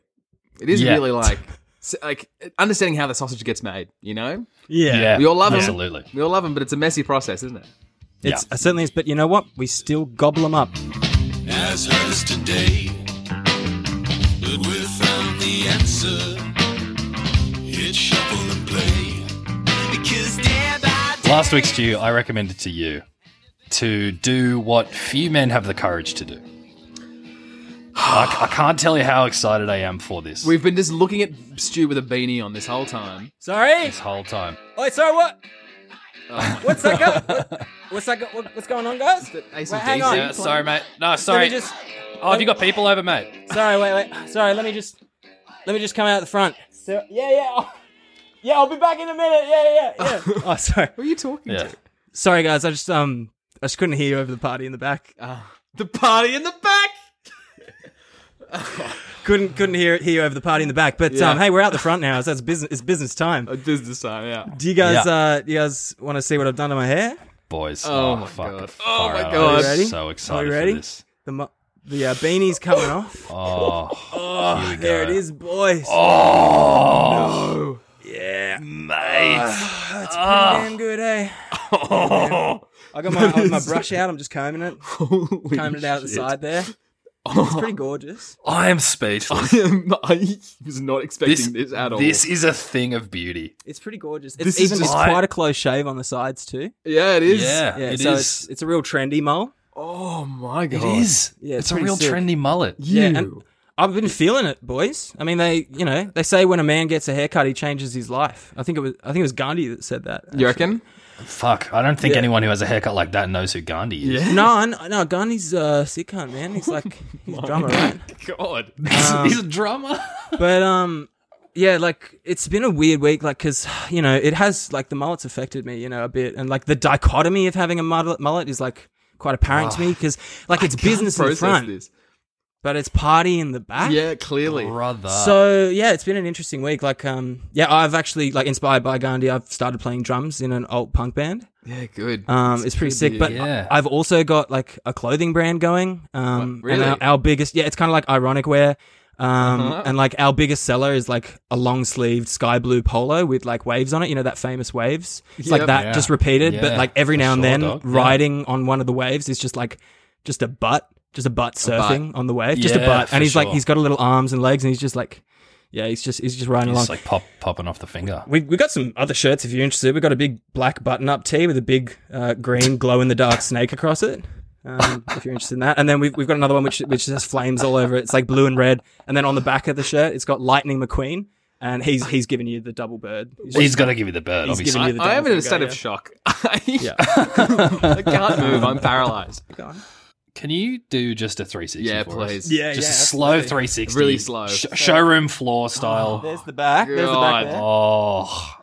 Speaker 2: It is
Speaker 3: Yeah.
Speaker 2: really like s- like understanding how the sausage gets made. You know,
Speaker 1: Yeah.
Speaker 3: yeah,
Speaker 2: we all love 'em.
Speaker 3: absolutely.
Speaker 2: we all love them, but it's a messy process, isn't it?
Speaker 1: It's, It certainly is, but you know what? We still gobble them up.
Speaker 4: as hers today. But without the answer, hit shuffle and play. Because day by day,
Speaker 3: Last week's Stu, I recommended to you to do what few men have the courage to do. I, I can't tell you how excited I am for this
Speaker 2: We've been just looking at Stu with a beanie on this whole time.
Speaker 1: Sorry.
Speaker 3: this whole time.
Speaker 1: Oh, sorry. What?
Speaker 2: Oh.
Speaker 1: What's that? Go- what- what's that? Go- what- what's going on, guys?
Speaker 2: The AC/DC.
Speaker 1: Well, hang on.
Speaker 3: Yeah, sorry, mate. No,
Speaker 1: Let me
Speaker 3: sorry.
Speaker 1: just.
Speaker 3: oh, have you got people over, mate?
Speaker 1: Sorry. Wait. Wait. Sorry. Let me just. Let me just come out the front. So, yeah. Yeah. oh, yeah. I'll be back in a minute. Yeah. Yeah. Yeah. oh, sorry.
Speaker 2: Who are you talking
Speaker 3: Yeah.
Speaker 2: to?
Speaker 1: Sorry, guys. I just um. I just couldn't hear you over the party in the back. Uh,
Speaker 2: Oh. the party in the back.
Speaker 1: Couldn't couldn't hear hear you over the party in the back. But
Speaker 2: Yeah.
Speaker 1: um, hey, we're out the front now. So it's business. It's business time.
Speaker 2: Oh, this is the sign, yeah.
Speaker 1: Do you guys
Speaker 3: Yeah.
Speaker 1: uh do you guys want to see what I've done to my hair?
Speaker 3: Boys.
Speaker 2: Oh
Speaker 3: Oh,
Speaker 2: my
Speaker 3: fuck.
Speaker 2: God.
Speaker 3: Far
Speaker 2: Oh my
Speaker 3: out.
Speaker 2: God.
Speaker 3: I'm
Speaker 1: Ready?
Speaker 3: so
Speaker 1: Are
Speaker 3: excited
Speaker 1: we
Speaker 3: for
Speaker 1: ready?
Speaker 3: this.
Speaker 1: The mu- the uh, beanie's coming off.
Speaker 3: Oh,
Speaker 1: Oh,
Speaker 3: we
Speaker 1: there
Speaker 3: go.
Speaker 1: it is, boys.
Speaker 2: Oh,
Speaker 3: oh
Speaker 2: Ah.
Speaker 1: Yeah.
Speaker 3: mate.
Speaker 1: That's pretty damn good, eh? I got my, I got my brush out. I'm just combing it,
Speaker 2: holy
Speaker 1: combing it out the
Speaker 2: shit.
Speaker 1: side there. It's pretty gorgeous.
Speaker 3: I am speechless.
Speaker 2: I, am, I was not
Speaker 3: This,
Speaker 2: expecting this, at all.
Speaker 3: this is a thing of beauty.
Speaker 1: It's pretty gorgeous. It's
Speaker 2: This is
Speaker 1: even it's
Speaker 2: just-
Speaker 1: quite a close shave on the sides too.
Speaker 2: yeah, it is.
Speaker 3: Yeah,
Speaker 1: Yeah,
Speaker 3: it
Speaker 1: so
Speaker 3: is.
Speaker 1: It's, it's a real trendy mole.
Speaker 2: Oh my god.
Speaker 3: It is.
Speaker 1: Yeah, it's
Speaker 3: it's a
Speaker 1: pretty
Speaker 3: real
Speaker 1: sick.
Speaker 3: trendy mullet.
Speaker 2: You.
Speaker 1: Yeah, and- I've been feeling it, boys. I mean, they you know they say when a man gets a haircut, he changes his life. I think it was I think it was Gandhi that said that.
Speaker 2: you reckon?
Speaker 3: Fuck, I don't think
Speaker 1: Yeah.
Speaker 3: anyone who has a haircut like that knows who Gandhi is.
Speaker 1: No, I- no, Gandhi's a sick cunt, man. He's like he's a drummer, right?
Speaker 2: God.
Speaker 3: He's a drummer.
Speaker 1: But um, yeah, like it's been a weird week, like because you know it has like the mullet's affected me, you know, a bit, and like the dichotomy of having a mullet, mullet is like quite apparent to me because like it's business in the
Speaker 2: Ah. Process
Speaker 1: front,
Speaker 2: this.
Speaker 1: but it's party in the back.
Speaker 2: Yeah, clearly.
Speaker 3: Brother.
Speaker 1: So yeah, it's been an interesting week. Like um, yeah, I've actually like inspired by Gandhi. I've started playing drums in an alt punk band.
Speaker 2: Yeah, good.
Speaker 1: Um, it's, pretty
Speaker 2: good
Speaker 1: sick.
Speaker 2: to
Speaker 1: But
Speaker 2: hear.
Speaker 3: Yeah.
Speaker 1: I- I've also got like a clothing brand going. Um,
Speaker 2: What, really?
Speaker 1: and our, our biggest, yeah, it's kind of like ironic wear. Um,
Speaker 2: Uh-huh.
Speaker 1: and like our biggest seller is like a long sleeved sky blue polo with like waves on it. You know that famous waves. It's like
Speaker 2: Yep.
Speaker 1: that
Speaker 3: Yeah.
Speaker 1: just repeated, but
Speaker 3: Yeah.
Speaker 1: like every
Speaker 3: For
Speaker 1: now and
Speaker 3: sure,
Speaker 1: then
Speaker 3: dog. Yeah.
Speaker 1: riding on one of the waves is just like just a butt, just a butt surfing on the wave, just a
Speaker 3: Yeah,
Speaker 1: butt.
Speaker 3: for
Speaker 1: And he's like
Speaker 3: sure.
Speaker 1: he's got a little arms and legs, and he's just like, yeah, he's just he's just riding along
Speaker 3: He's like pop popping off the finger.
Speaker 1: we we got some other shirts if you're interested. We got a big black button up tee with a big uh, green glow in the dark snake across it. Um, if you're interested in that, and then we've we've got another one which which has flames all over it. It's like blue and red, and then on the back of the shirt, it's got Lightning McQueen, and he's he's giving you the double bird. He's just-
Speaker 3: He's got to give you the bird,
Speaker 1: He's
Speaker 3: obviously.
Speaker 1: giving
Speaker 2: I,
Speaker 1: you the
Speaker 2: I am
Speaker 1: devil
Speaker 2: in a
Speaker 1: finger,
Speaker 2: state of
Speaker 1: yeah.
Speaker 2: shock. I can't move. I'm paralyzed.
Speaker 3: Can you do just a 360?
Speaker 2: Yeah,
Speaker 3: for
Speaker 2: please.
Speaker 3: Us?
Speaker 1: Yeah,
Speaker 3: Just
Speaker 1: yeah,
Speaker 3: a slow
Speaker 1: absolutely.
Speaker 3: 360.
Speaker 2: Really slow.
Speaker 3: Sh- showroom floor style.
Speaker 1: there's the back. There's the back
Speaker 2: God.
Speaker 1: there.
Speaker 3: Oh.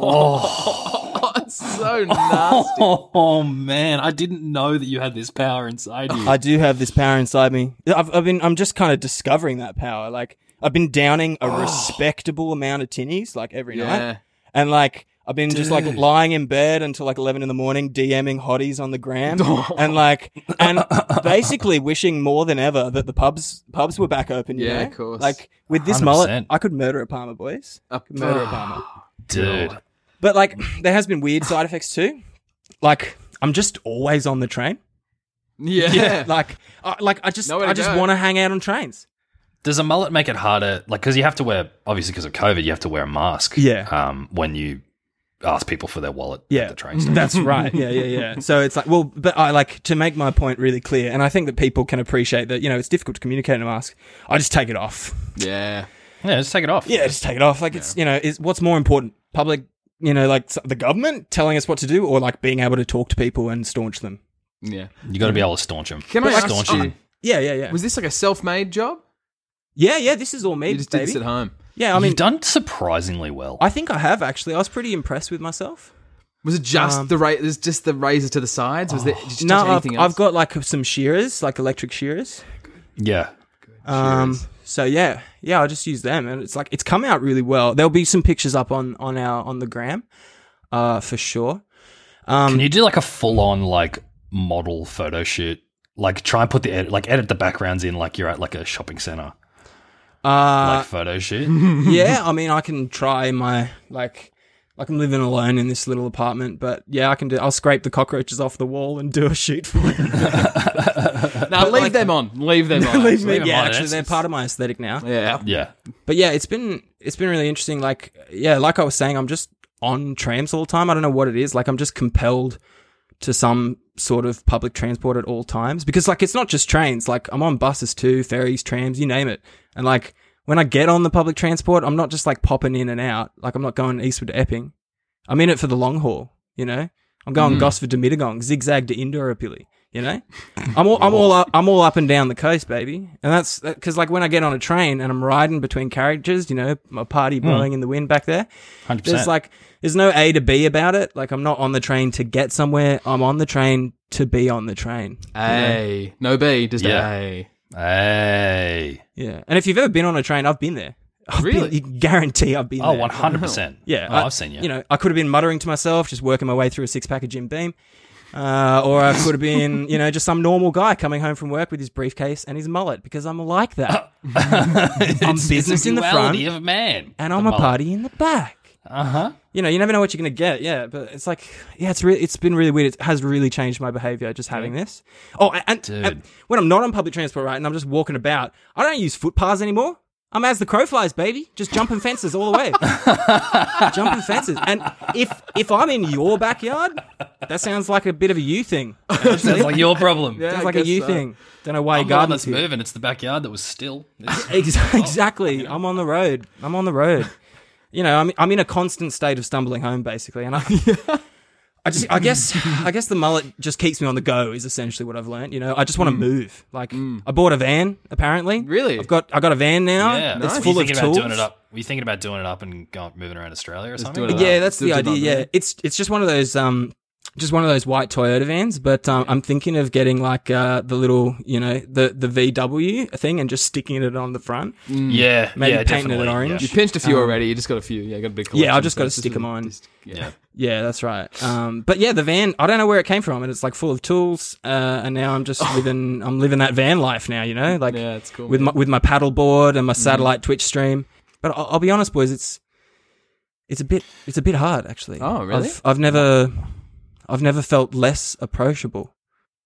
Speaker 2: Oh, it's so nasty.
Speaker 3: Oh, man, I didn't know that you had this power inside you.
Speaker 1: I do have this power inside me. I've, I've been I'm just kind of discovering that power. Like I've been downing
Speaker 3: Oh.
Speaker 1: a respectable amount of tinnies like every night.
Speaker 2: Yeah.
Speaker 1: And like I've been just like lying in bed until like eleven in the morning, DMing hotties on the gram, and like and basically wishing more than ever that the pubs pubs were back open. you
Speaker 2: Yeah,
Speaker 1: know?
Speaker 2: of course. Uh,
Speaker 1: Like with this mullet,
Speaker 3: 100%.
Speaker 1: I could murder a Palmer, boys.
Speaker 2: Up-
Speaker 1: Could murder a Palmer.
Speaker 3: Dude.
Speaker 1: But like, there has been weird side effects too. Like I'm just always on the train.
Speaker 2: Yeah.
Speaker 1: Like, I, like I just
Speaker 2: Nowhere to
Speaker 1: I just
Speaker 2: go.
Speaker 1: want to hang out on trains.
Speaker 3: Does a mullet make it harder? Like, because you have to wear, obviously, because of COVID, you have to wear a mask.
Speaker 1: Yeah.
Speaker 3: Um, when you ask people for their wallet
Speaker 1: Yeah.
Speaker 3: at the train station.
Speaker 1: That's right. Yeah, yeah, yeah. So it's like, well, but I like to make my point really clear, and I think that people can appreciate that. You know, it's difficult to communicate in a mask. I just take it off.
Speaker 2: yeah.
Speaker 3: yeah, just take it off.
Speaker 1: Yeah, just take it off. Like it's you know, is what's more important, public, you know, like s- the government telling us what to do, or like being able to talk to people and staunch them.
Speaker 2: Yeah.
Speaker 3: You got to be able to staunch them.
Speaker 2: Can I ask
Speaker 3: staunch
Speaker 2: you-
Speaker 3: 'em.
Speaker 1: Yeah, yeah, yeah.
Speaker 2: Was this like a self-made job?
Speaker 1: yeah, yeah. This is all me,
Speaker 2: You just did
Speaker 1: baby.
Speaker 2: this at home.
Speaker 1: Yeah, I mean,
Speaker 3: You've done surprisingly well.
Speaker 1: I think I have actually. I was pretty impressed with myself.
Speaker 2: Was it just
Speaker 1: Um,
Speaker 2: the ra- was just the razor to the sides? Was there did you
Speaker 1: No,
Speaker 2: touch
Speaker 1: I've,
Speaker 2: anything else?
Speaker 1: I've got like some shearers, like electric shearers.
Speaker 3: yeah.
Speaker 1: Um, so yeah, yeah, I just use them, and it's like it's come out really well. There'll be some pictures up on on our on the gram, uh, for sure. um,
Speaker 3: Can you do like a full on like model photo shoot? Like try and put the edit, like edit the backgrounds in like you're at like a shopping center
Speaker 1: Uh,
Speaker 3: like photo shoot.
Speaker 1: yeah, I mean, I can try my like. Like I'm living alone in this little apartment, but yeah, I can do. I'll scrape the cockroaches off the wall and do a shoot for them.
Speaker 2: No, leave them on. Leave them on.
Speaker 1: Believe me,
Speaker 3: leave 'em
Speaker 1: yeah,
Speaker 3: on,
Speaker 1: actually,
Speaker 3: it's-
Speaker 1: they're
Speaker 3: it's-
Speaker 1: part of my aesthetic now.
Speaker 2: Yeah.
Speaker 3: yeah.
Speaker 1: But yeah, it's been it's been really interesting. Like yeah, like I was saying, I'm just on trams all the time. I don't know what it is. Like I'm just compelled to some sort of public transport at all times because like it's not just trains like i'm on buses too ferries trams you name it and like when i get on the public transport i'm not just like popping in and out like i'm not going eastward to epping i'm in it for the long haul you know i'm going gosford to mittagong zigzag to indooroopilly you know i'm all i'm all up, i'm all up and down the coast baby and that's because like when i get on a train and i'm riding between carriages you know my party blowing in the wind back there
Speaker 3: 100%.
Speaker 1: there's like there's no A to B about it. Like I'm not on the train to get somewhere. I'm on the train to be on the train.
Speaker 2: Uh, A. No B, just
Speaker 3: Yeah.
Speaker 2: A.
Speaker 3: hey.
Speaker 1: Yeah. And if you've ever been on a train, I've been there. I've been-
Speaker 2: Really?
Speaker 1: you can guarantee I've been
Speaker 3: Oh,
Speaker 1: there.
Speaker 3: 100%.
Speaker 1: Yeah.
Speaker 3: Oh,
Speaker 1: I,
Speaker 3: I've seen you.
Speaker 1: You know, I could have been muttering to myself, just working my way through a six pack of Jim Beam. Uh, or I could have been, you know, just some normal guy coming home from work with his briefcase and his mullet because I'm like that. I'm business in the front
Speaker 3: duality of man.
Speaker 1: and I'm a party in the back.
Speaker 3: Uh huh.
Speaker 1: you know, you never know what you're gonna get. Yeah, but it's like, yeah, it's really, it's been really weird. It has really changed my behavior just having this. Oh, and, and-
Speaker 3: Dude.
Speaker 1: and when I'm not on public transport, right, and I'm just walking about, I don't use footpaths anymore. I'm as the crow flies, baby. Just jumping fences all the way. jumping fences. And if if I'm in your backyard, that sounds like a bit of a you thing.
Speaker 3: Sounds like your problem.
Speaker 1: Sounds
Speaker 2: I
Speaker 1: like a
Speaker 2: guess
Speaker 1: you
Speaker 2: so.
Speaker 1: thing. Don't know why your
Speaker 3: I'm the one
Speaker 1: garden's
Speaker 3: that's
Speaker 1: here.
Speaker 3: moving. It's the backyard that was still. It's-
Speaker 1: Ex- exactly. I'm on the road. I'm on the road. You know, I'm I'm in a constant state of stumbling home basically, and I, I just I guess I guess the mullet just keeps me on the go is essentially what I've learned. You know, I just want to
Speaker 3: Mm.
Speaker 1: move. Like I bought a van apparently.
Speaker 2: Really?
Speaker 1: I've got I got a van now.
Speaker 3: yeah.
Speaker 1: it's
Speaker 3: Were you
Speaker 1: full of
Speaker 3: thinking about
Speaker 1: tools.
Speaker 3: doing it up? uh, Were you thinking about doing it up and going moving around Australia or something?
Speaker 2: do it up.
Speaker 1: Yeah, that's the
Speaker 2: Zip-zip
Speaker 1: idea.
Speaker 2: up,
Speaker 1: Yeah,
Speaker 2: yeah.
Speaker 1: it's it's just one of those um, just one of those white Toyota vans. But um, I'm thinking of getting like uh the little you know the the VW thing and just sticking it on the front.
Speaker 3: Yeah,
Speaker 1: Maybe painting
Speaker 3: yeah,
Speaker 1: it
Speaker 3: definitely.
Speaker 1: orange.
Speaker 2: You pinched a few already. You just got a few. Yeah, you got a big collection.
Speaker 1: Um, Yeah, I just
Speaker 2: so
Speaker 1: gotta
Speaker 2: it's
Speaker 1: stick
Speaker 2: a-
Speaker 1: 'em on.
Speaker 2: just- yeah.
Speaker 3: Yeah.
Speaker 1: Yeah, that's right. Um, but yeah, the van. I don't know where it came from, and it's like full of tools. Uh, and now I'm just living. I'm living that van life now. You know, like
Speaker 2: Yeah, it's cool,
Speaker 1: with
Speaker 2: man. Mm-hmm.
Speaker 1: my with my paddleboard and my satellite Twitch stream. But I'll, I'll be honest, boys. It's it's a bit it's a bit hard actually.
Speaker 2: Oh, really?
Speaker 1: I've, I've never I've never felt less approachable.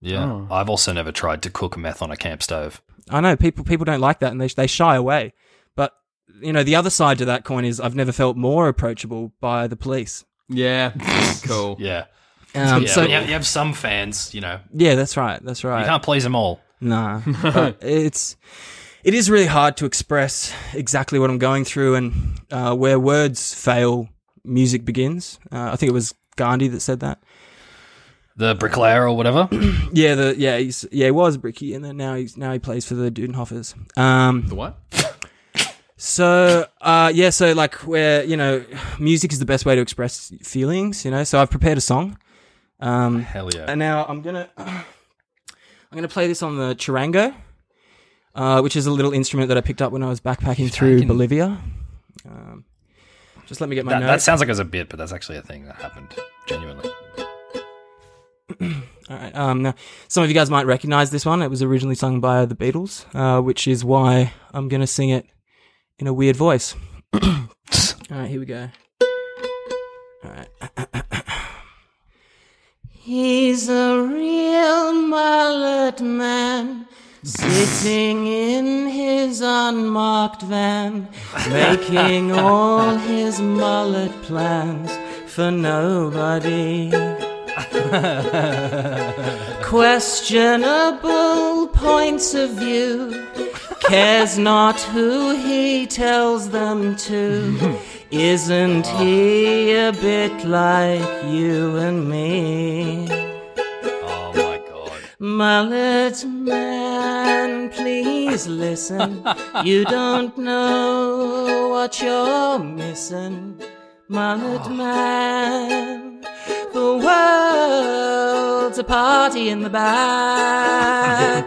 Speaker 3: Yeah,
Speaker 2: Oh.
Speaker 3: I've also never tried to cook meth on a camp stove.
Speaker 1: I know people people don't like that, and they they shy away. But you know, the other side to that coin is I've never felt more approachable by the police.
Speaker 2: Yeah, cool.
Speaker 3: Yeah,
Speaker 1: Um,
Speaker 3: yeah.
Speaker 1: so Uh,
Speaker 3: but you, have, you have some fans, you know,
Speaker 1: yeah, that's right. That's right.
Speaker 3: you can't please them all.
Speaker 1: Nah, but it's it is really hard to express exactly what I'm going through, and uh, where words fail, music begins. Uh, I think it was Gandhi that said that.
Speaker 3: The bricklayer or whatever.
Speaker 1: Yeah, the yeah he's, yeah he was Bricky, and then now he's now he plays for the Dudenhoffers. Um,
Speaker 2: The what?
Speaker 1: So, uh, yeah, so like where, you know, music is the best way to express feelings, you know, so I've prepared a song. Um,
Speaker 3: Hell yeah.
Speaker 1: and now I'm gonna, I'm gonna play this on the charango, uh, which is a little instrument that I picked up when I was backpacking through Bolivia. Um, just let me get my
Speaker 3: that, that
Speaker 1: notes.
Speaker 3: sounds like it was a bit, but that's actually a thing that happened genuinely.
Speaker 1: All right, um, now, some of you guys might recognize this one. It was originally sung by the Beatles, uh, which is why I'm gonna sing it in a weird voice. All right, here we go. He's a real mullet man, sitting in his unmarked van, making all his mullet plans for nobody. Questionable points of view, cares not who he tells them to. Isn't he a bit like you and me?
Speaker 3: Oh my god.
Speaker 1: Mullet man, please listen. You don't know what you're missing. Mullet man, the world's a party in the back.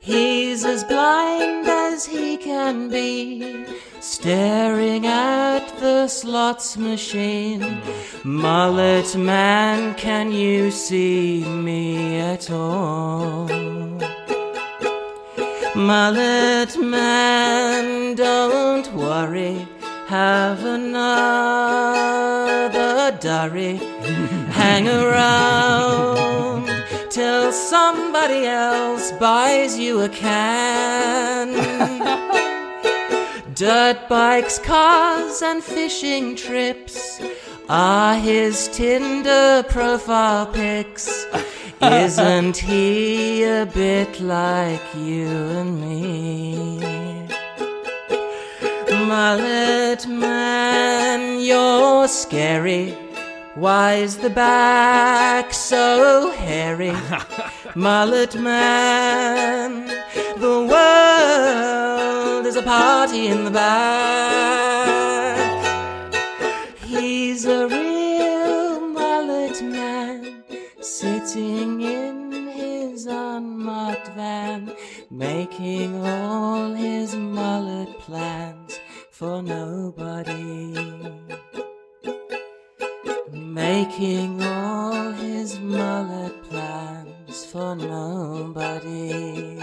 Speaker 1: He's as blind as he can be, staring at the slots machine. Mullet man, can you see me at all? Mullet man, don't worry, have another durry. Hang around till somebody else buys you a can. Dirt bikes, cars, and fishing trips
Speaker 5: are his Tinder profile pics. Isn't he a bit like you and me? Mullet man, you're scary. Why is the back so hairy? Mullet man, the world is a party in the back. He's a real mullet man sitting in his unmarked van, making all his mullet plans for nobody. Making all his mullet plans for nobody.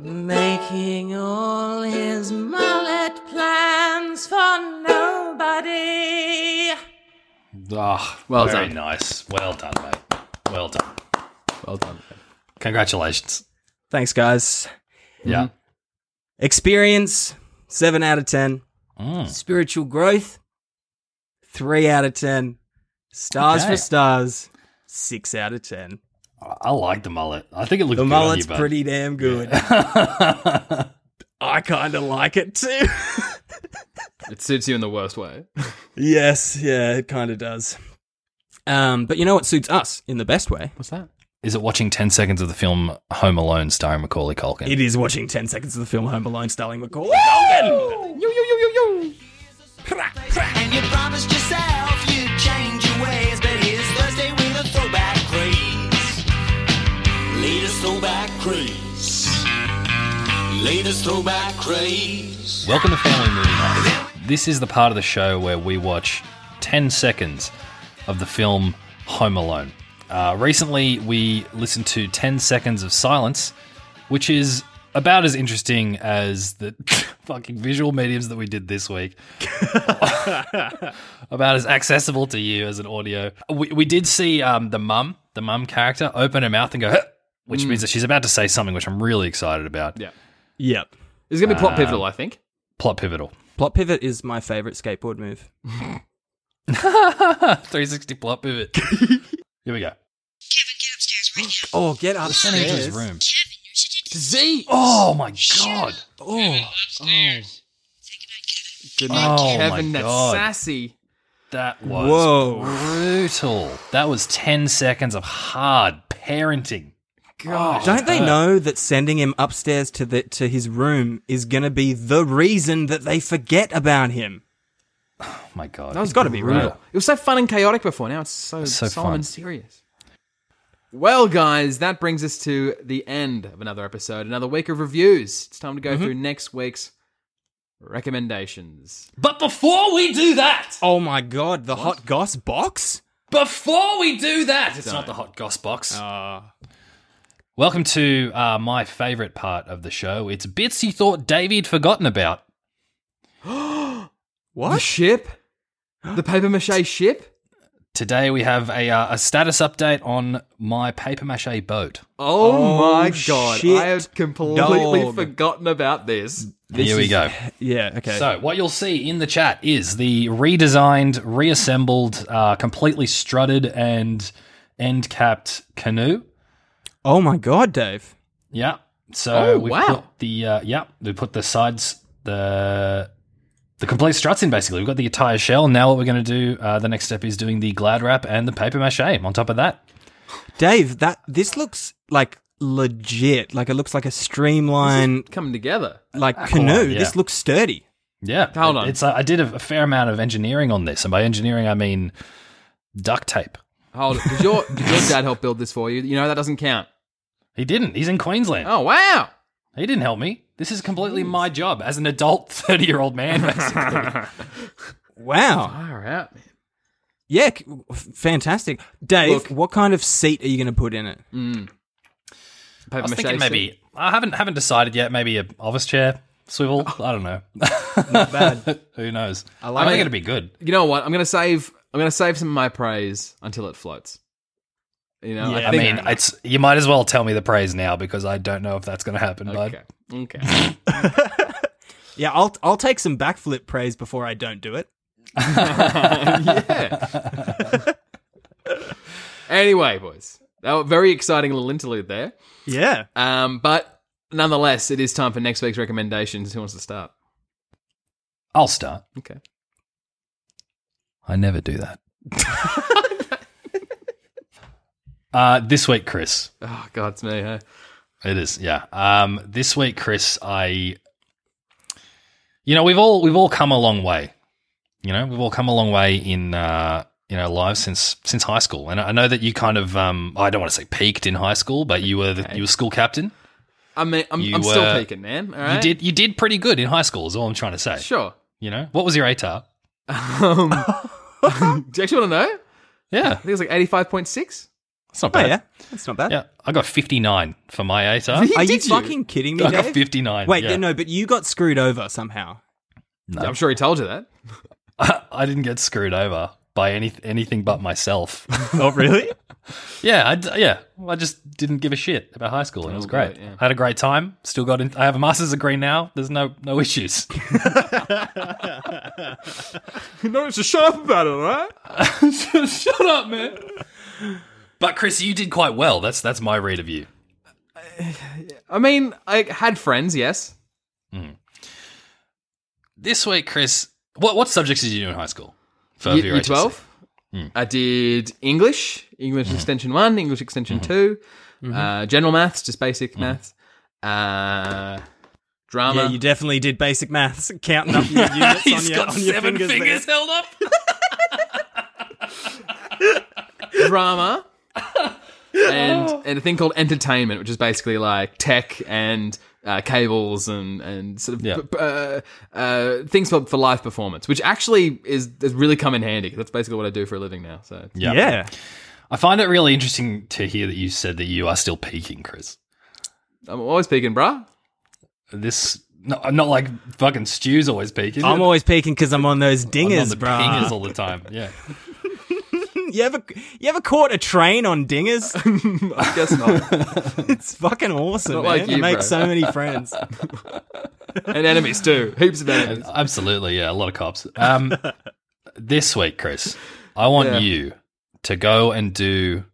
Speaker 5: Making all his mullet plans for nobody.
Speaker 3: Ah,
Speaker 2: Well
Speaker 3: very
Speaker 2: done.
Speaker 3: nice. Well done, mate. Well done.
Speaker 2: Well done.
Speaker 3: Congratulations.
Speaker 1: Thanks, guys.
Speaker 3: Yeah.
Speaker 1: Experience, 7 out of 10.
Speaker 3: Mm.
Speaker 1: Spiritual growth, 3 out of 10. Stars
Speaker 3: Okay.
Speaker 1: for stars, 6 out of 10.
Speaker 3: I- I like the mullet. I think it looks
Speaker 1: The
Speaker 3: good
Speaker 1: mullet's
Speaker 3: on you, bud.
Speaker 1: pretty damn good. I kind of like it too.
Speaker 2: It suits you in the worst way.
Speaker 1: yes, yeah, it kind of does. Um, but you know what suits us in the best way?
Speaker 2: What's that?
Speaker 3: Is it watching 10 seconds of the film Home Alone starring Macaulay Culkin?
Speaker 1: It is watching 10 seconds of the film Home Alone starring Macaulay Culkin.
Speaker 4: And you promised yourself you'd change your ways, but here's Thursday with a throwback craze. Latest throwback craze. Latest throwback craze.
Speaker 3: Welcome to Family Movie Night. This is the part of the show where we watch 10 seconds of the film Home Alone. Uh, recently, we listened to 10 seconds of silence, which is about as interesting as the fucking visual mediums that we did this week. about as accessible to you as an audio. We, we did see um, the mum, the mum character, open her mouth and go, "Huh," which means that she's about to say something, which I'm really excited about.
Speaker 2: Yeah.
Speaker 1: Yep.
Speaker 2: It's going to be
Speaker 1: Uh,
Speaker 2: plot pivotal, I think.
Speaker 3: Plot pivotal.
Speaker 1: Plot pivot is my favorite skateboard move.
Speaker 3: 360 plot pivot. Here we go.
Speaker 1: Oh, get
Speaker 3: Send into his
Speaker 1: upstairs.
Speaker 3: room.
Speaker 2: Z.
Speaker 3: Oh my god.
Speaker 2: Good
Speaker 3: night, Oh my
Speaker 2: Kevin. That's
Speaker 3: God.
Speaker 2: sassy.
Speaker 1: Oh,
Speaker 3: That was
Speaker 1: Whoa.
Speaker 3: brutal. That was 10 seconds of hard parenting.
Speaker 2: God.
Speaker 1: Don't they know that sending him upstairs to the to his room is gonna be the reason that they forget about him?
Speaker 3: Oh my god.
Speaker 1: It's gotta be
Speaker 3: Brutal.
Speaker 1: real.
Speaker 2: It was so fun and chaotic before. Now it's so,
Speaker 3: so
Speaker 2: solemn
Speaker 3: fun.
Speaker 2: and serious. Well, guys, that brings us to the end of another episode, another week of reviews. It's time to go
Speaker 1: Mm-hmm.
Speaker 2: through next week's recommendations.
Speaker 3: But before we do that,
Speaker 1: Oh my god, the hot goss box?
Speaker 3: before we do that, it's not the hot goss box. Welcome to uh, my favorite part of the show. It's bits you thought David forgotten about.
Speaker 2: The
Speaker 1: What?
Speaker 2: ship, the paper mache ship.
Speaker 3: Today we have a, uh, a status update on my paper mache boat.
Speaker 2: Oh,
Speaker 1: Oh,
Speaker 2: my god!
Speaker 1: shit,
Speaker 2: I had completely
Speaker 1: dog.
Speaker 2: forgotten about this.
Speaker 3: Here we go.
Speaker 1: Yeah, okay.
Speaker 3: So, what you'll see in the chat is the redesigned, reassembled, uh, completely strutted and end capped canoe.
Speaker 1: oh my god, Dave.
Speaker 3: Yeah. So
Speaker 2: Oh,
Speaker 3: we
Speaker 2: wow.
Speaker 3: put the uh, yeah we put the sides the the complete struts in. Basically, we've got the entire shell. Now, what we're going to do? Uh, the next step is doing the glad wrap and the paper mache on top of that.
Speaker 1: Dave, that this looks like legit. Like it looks like a streamline
Speaker 2: Coming together.
Speaker 1: like canoe.
Speaker 3: yeah.
Speaker 1: This looks sturdy.
Speaker 3: Yeah.
Speaker 2: Hold
Speaker 3: It-
Speaker 2: on.
Speaker 3: It's uh, I did a, a fair amount of engineering on this, and by engineering I mean duct tape.
Speaker 2: Hold it. Did your did your dad help build this for you? You know that doesn't count.
Speaker 3: He didn't. He's in Queensland.
Speaker 2: Oh wow!
Speaker 3: He didn't help me. This is completely my job as an adult 30 year old man, basically.
Speaker 1: Wow.
Speaker 2: Far out, man.
Speaker 1: Yeah, c- f- fantastic. Dave,
Speaker 2: Look-
Speaker 1: what kind of seat are you going to put in it?
Speaker 2: Paper
Speaker 3: I was
Speaker 2: mache
Speaker 3: thinking
Speaker 2: ship.
Speaker 3: maybe, I haven't haven't decided yet, maybe a office chair swivel. I don't know.
Speaker 1: bad.
Speaker 3: Who knows? I,
Speaker 1: like
Speaker 3: think
Speaker 1: it.
Speaker 3: it'll be good.
Speaker 2: you know what? I'm gonna save. I'm gonna save some of my praise until it floats. You know,
Speaker 1: Yeah,
Speaker 3: I
Speaker 2: think-
Speaker 3: mean, it's you might as well tell me the praise now because I don't know if that's going to happen,
Speaker 2: okay,
Speaker 3: bud.
Speaker 2: okay.
Speaker 1: Yeah, I'll I'll take some backflip praise before I don't do it.
Speaker 2: yeah. anyway, boys, that was a very exciting little interlude there.
Speaker 1: Yeah.
Speaker 2: Um, but nonetheless, it is time for next week's recommendations. Who wants to start?
Speaker 3: I'll start.
Speaker 2: Okay.
Speaker 3: I never do that. uh, this week, Chris.
Speaker 2: Oh God, it's me. Hey?
Speaker 3: It is, yeah. Um, this week, Chris, I, you know, we've all we've all come a long way. You know, we've all come a long way in uh, in our lives since since high school, and I know that you kind of um, I don't want to say peaked in high school, but you were the, you were school captain.
Speaker 2: I mean, I'm,
Speaker 3: You,
Speaker 2: I'm still
Speaker 3: uh,
Speaker 2: peeking, man. All right.
Speaker 3: You did you did pretty good in high school. Is all I'm trying to say.
Speaker 2: Sure.
Speaker 3: You know, what was your ATAR?
Speaker 2: Um, do you actually want to know?
Speaker 3: Yeah,
Speaker 2: I think it's like 85.6.
Speaker 3: it's not
Speaker 1: Oh,
Speaker 3: bad.
Speaker 1: yeah. That's not bad.
Speaker 3: Yeah, I got 59 for my ATAR.
Speaker 1: Are you
Speaker 2: Did you?
Speaker 1: fucking kidding me,
Speaker 3: I got
Speaker 1: Dave?
Speaker 3: 59.
Speaker 1: Wait,
Speaker 3: yeah.
Speaker 1: no, but you got screwed over somehow.
Speaker 2: I'm sure he told you that.
Speaker 3: I didn't get screwed over by any anything but myself.
Speaker 1: oh,
Speaker 3: Uh.
Speaker 1: really?
Speaker 3: yeah, I, d- yeah. I just didn't give a shit about high school, and it was
Speaker 2: Oh,
Speaker 3: great.
Speaker 2: right, yeah.
Speaker 3: I had a great time. Still got in. I have a master's degree now. There's no no issues.
Speaker 2: no, so shut up about it, all right?
Speaker 3: Shut up, man. But Chris, you did quite well. That's that's my read of you.
Speaker 2: I mean, I had friends, yes.
Speaker 3: This week, Chris, what what subjects did you do in high school? For
Speaker 2: Ye-
Speaker 3: your
Speaker 2: year
Speaker 3: HSC?
Speaker 2: 12. I did English, English Extension 1, English Extension 2, Uh, general maths, just basic maths, uh, drama.
Speaker 1: Yeah, you definitely did basic maths, counting up your units
Speaker 3: He's
Speaker 1: on your,
Speaker 3: got
Speaker 1: on your
Speaker 3: seven
Speaker 1: fingers.
Speaker 3: fingers,
Speaker 1: there.
Speaker 3: held up.
Speaker 2: drama. and and a thing called entertainment, which is basically like tech and uh, cables and and sort of
Speaker 3: Yeah.
Speaker 2: p- p- uh, uh, things for, for live performance, which actually is has really come in handy. That's basically what I do for a living now. So
Speaker 3: Yeah.
Speaker 1: Yeah.
Speaker 3: I find it really interesting to hear that you said that you are still peaking, Chris.
Speaker 2: I'm always peeking, bruh.
Speaker 3: This no, not like fucking Stew's always peaking.
Speaker 1: I'm always peeking because I'm on those
Speaker 3: I'm on
Speaker 1: dingers,
Speaker 3: the
Speaker 1: bro.
Speaker 3: pingers all the time. Yeah,
Speaker 1: You ever you ever caught a train on dingers?
Speaker 2: I guess not.
Speaker 1: it's fucking awesome.
Speaker 2: Not
Speaker 1: man.
Speaker 2: like you,
Speaker 1: I make
Speaker 2: bro.
Speaker 1: so many friends.
Speaker 2: and enemies too. Heaps of enemies.
Speaker 3: absolutely. Yeah, a lot of cops. Um, this week, Chris, I want
Speaker 2: Yeah.
Speaker 3: you to go and do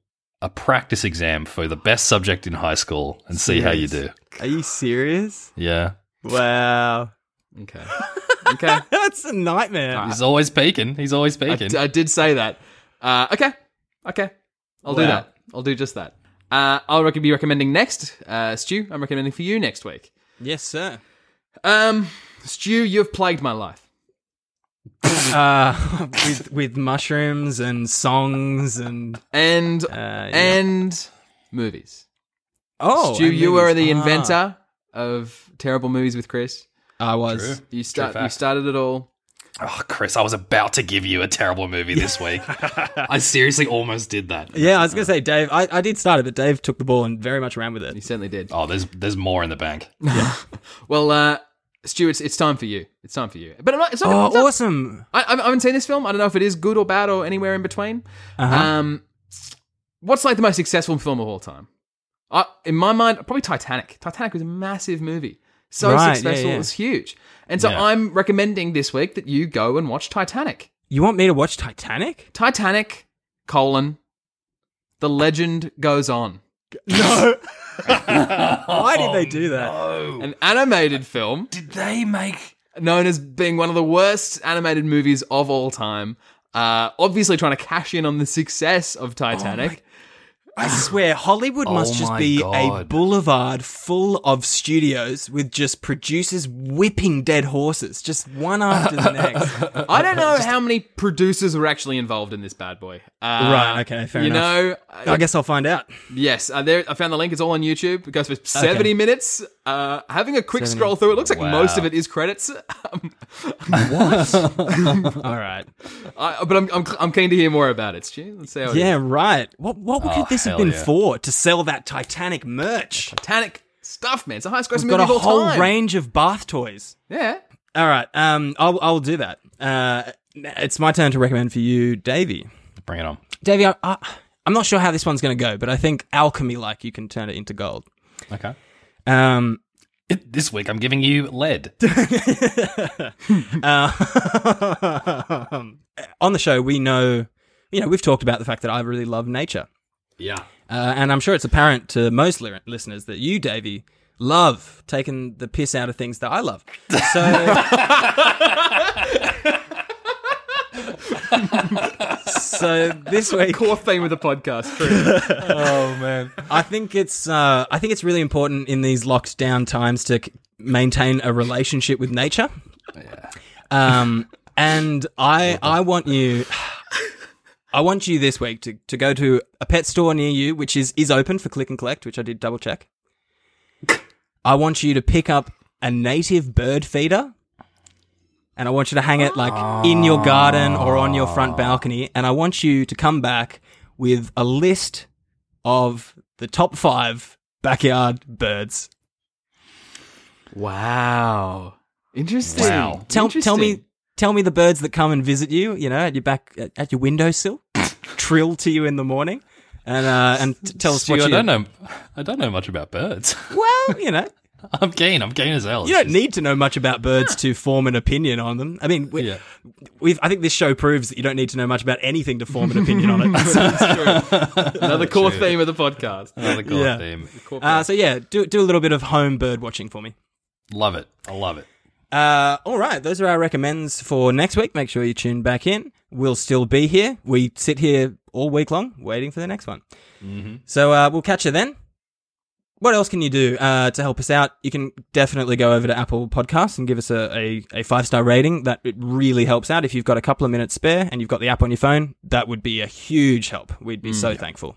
Speaker 3: a practice exam for the best subject in high school and see how you do.
Speaker 1: Are you serious?
Speaker 3: Yeah,
Speaker 1: Wow.
Speaker 2: Okay. Okay.
Speaker 1: That's a nightmare.
Speaker 3: he's always peaking. He's always
Speaker 2: I,
Speaker 3: peaking.
Speaker 2: d- I did say that. Uh, okay. Okay. I'll do
Speaker 3: Wow.
Speaker 2: that. I'll do just that. Uh, I'll rec- be recommending next, uh, Stu. I'm recommending for you next week.
Speaker 1: yes, sir.
Speaker 2: Um, Stu, you've plagued my life.
Speaker 1: Uh, with with mushrooms and songs and
Speaker 2: And
Speaker 1: uh, yeah.
Speaker 2: and movies.
Speaker 1: oh,
Speaker 2: Stu,
Speaker 1: and
Speaker 2: you were
Speaker 1: movies.
Speaker 2: the
Speaker 1: Ah.
Speaker 2: inventor of terrible movies with Chris.
Speaker 1: I was.
Speaker 3: True.
Speaker 2: You start you
Speaker 3: fact.
Speaker 2: started it all.
Speaker 3: oh, Chris, I was about to give you a terrible movie this week. I seriously almost did that.
Speaker 1: Yeah, I was gonna say Dave. I, I did start it, but Dave took the ball and very much ran with
Speaker 2: You
Speaker 1: it.
Speaker 2: certainly did.
Speaker 3: Oh, there's there's more in the bank.
Speaker 2: Well, uh, Stu, it's, it's time for you. It's time for you. But I'm not, it's not,
Speaker 1: Oh,
Speaker 2: it's not-
Speaker 1: awesome!
Speaker 2: I, I haven't seen this film. I don't know if it is good or bad or anywhere in between.
Speaker 1: Uh-huh.
Speaker 2: Um, what's like the most successful film of all time? I, in my mind, probably Titanic. Titanic was a massive movie. So
Speaker 1: Right, yeah,
Speaker 2: successful,
Speaker 1: yeah.
Speaker 2: it was huge. And so
Speaker 3: Yeah.
Speaker 2: I'm recommending this week that you go and watch Titanic.
Speaker 1: You want me to watch Titanic?
Speaker 2: Titanic, colon, the legend goes on.
Speaker 1: No. Why did they do that?
Speaker 2: An animated film
Speaker 3: Did they make
Speaker 2: known as being one of the worst animated movies of all time. Uh, obviously trying to cash in on the success of
Speaker 1: Oh
Speaker 2: Titanic.
Speaker 1: I swear, Hollywood must just
Speaker 3: Oh my
Speaker 1: be a
Speaker 3: God.
Speaker 1: boulevard full of studios with just producers whipping dead horses, just one after the next.
Speaker 2: I don't know how many producers were actually involved in this bad boy. Uh,
Speaker 1: Right, okay, fair
Speaker 2: you
Speaker 1: enough.
Speaker 2: know, uh,
Speaker 1: I guess I'll find out.
Speaker 2: yes, uh, there, I found the link. It's all on YouTube. It goes for 70 minutes. Uh, having a quick scroll through, it looks like
Speaker 3: Wow.
Speaker 2: most of it is credits. Um,
Speaker 1: All right.
Speaker 2: I, but I'm, I'm, I'm keen to hear more about it, Stu. Let's see how it
Speaker 1: Yeah,
Speaker 2: is.
Speaker 1: right. What what could this have
Speaker 3: Oh, hell
Speaker 1: been
Speaker 3: yeah.
Speaker 1: for? To sell that Titanic merch?
Speaker 2: Titanic stuff, man. It's the highest grossing
Speaker 1: We've
Speaker 2: movie
Speaker 1: got a
Speaker 2: of
Speaker 1: whole
Speaker 2: all time.
Speaker 1: range of bath toys.
Speaker 2: yeah.
Speaker 1: All right. Um, I'll I'll do that. Uh, it's my turn to recommend for you, Davey.
Speaker 3: Bring it on.
Speaker 1: Davey, I, I, I'm not sure how this one's going to go, but I think alchemy, like you can turn it into gold.
Speaker 3: Okay.
Speaker 1: Um,
Speaker 3: This week I'm giving you lead.
Speaker 1: Uh, on the show, we know, you know, we've talked about the fact that I really love nature.
Speaker 2: Yeah.
Speaker 1: Uh, and I'm sure it's apparent to most li- listeners that you, Davey, love taking the piss out of things that I love. So. so this week,
Speaker 2: Core theme of the podcast. True.
Speaker 3: oh man.
Speaker 1: I think it's uh, I think it's really important in these lockdown times to c- maintain a relationship with nature. Um, and I I want you. I want you this week to, to go to a pet store near you, which is, is open for click and collect, which I did double check. I want you to pick up a native bird feeder and I want you to hang it like in your garden or on your front balcony. And I want you to come back with a list of the top five backyard birds.
Speaker 2: wow. Interesting.
Speaker 3: Wow.
Speaker 1: Tell, tell me,
Speaker 2: Interesting.
Speaker 1: tell me the birds that come and visit you. You know, at your back, at, at your windowsill, trill to you in the morning, and uh, and t- tell us
Speaker 3: Stu,
Speaker 1: what
Speaker 3: I
Speaker 1: you
Speaker 3: don't know. I don't know much about birds.
Speaker 1: Well, you know,
Speaker 3: I'm keen. I'm keen as hell.
Speaker 1: you don't need to know much about birds to form an opinion on them. I mean, we,
Speaker 3: Yeah.
Speaker 1: we've, I think this show proves that you don't need to know much about anything to form an opinion on it. So-
Speaker 2: Another core theme of the podcast.
Speaker 3: Another god
Speaker 1: Yeah.
Speaker 3: theme.
Speaker 1: Uh, so yeah, do do a little bit of home bird watching for me.
Speaker 3: Love it. I love it.
Speaker 1: Uh, all right, those are our recommends for next week. Make sure you tune back in. We'll still be here. We sit here all week long waiting for the next one. So uh, we'll catch you then. What else can you do uh, to help us out? You can definitely go over to Apple Podcasts and give us a, a, a five star rating. That it really helps out. If you've got a couple of minutes spare and you've got the app on your phone, that would be a huge help. We'd be so thankful.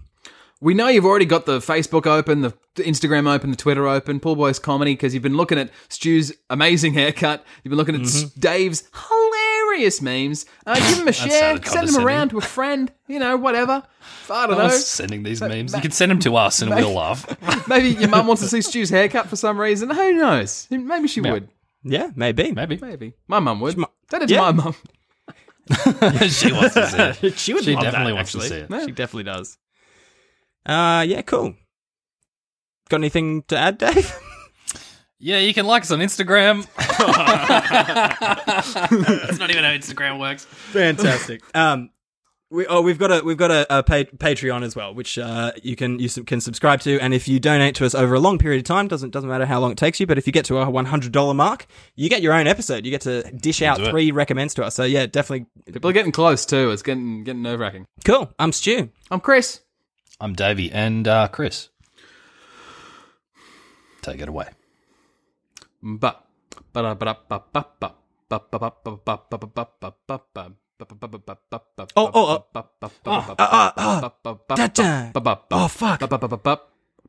Speaker 2: We know you've already got the Facebook open, the the Instagram open, the Twitter open, Pool Boys Comedy, because you've been looking at Stu's amazing haircut. You've been looking at S Dave's hilarious memes. Uh, give them a share,
Speaker 3: sounded
Speaker 2: send them
Speaker 3: condescending.
Speaker 2: around to a friend, you know, whatever. I don't
Speaker 3: I
Speaker 2: know.
Speaker 3: was sending these memes. you can send them to us and we'll laugh.
Speaker 2: Maybe your mum wants to see Stu's haircut for some reason. Who knows? Maybe she would.
Speaker 1: Yeah, maybe.
Speaker 3: Maybe
Speaker 2: Maybe. My mum would. That is
Speaker 1: Yeah.
Speaker 2: my mum.
Speaker 3: she wants to see it.
Speaker 1: She would
Speaker 3: She
Speaker 1: love
Speaker 3: definitely
Speaker 1: that,
Speaker 3: wants to
Speaker 1: actually.
Speaker 3: see it.
Speaker 2: Yeah.
Speaker 1: She definitely does. Uh, yeah, cool. Got anything to add, Dave?
Speaker 3: Yeah, you can like us on Instagram. That's not even how Instagram works.
Speaker 1: Fantastic. um, we oh we've got a we've got a, a pa- Patreon as well, which uh, you can you sub- can subscribe to, and if you donate to us over a long period of time, doesn't doesn't matter how long it takes you, but if you get to our one hundred dollar mark, you get your own episode. You get to dish out
Speaker 3: do it.
Speaker 1: three recommends to us. So yeah, definitely
Speaker 2: People are getting close too. It's getting getting nerve wracking.
Speaker 1: cool. I'm Stu.
Speaker 2: I'm Chris.
Speaker 3: I'm Davey and uh, Chris. Take it away.
Speaker 2: Ba- ba- ba- ba- ba- ba- ba- ba- ba- ba- ba- ba- ba- ba- ba- ba- ba- ba- ba- ba- ba- ba- ba-
Speaker 1: Oh, oh,
Speaker 2: ba- ba- ba- ba-
Speaker 1: ah, ah,
Speaker 2: ba- ba- ba-
Speaker 1: that, uh,
Speaker 2: ba- ba- ba-
Speaker 1: oh, fuck.
Speaker 2: ba- ba- ba- ba- ba-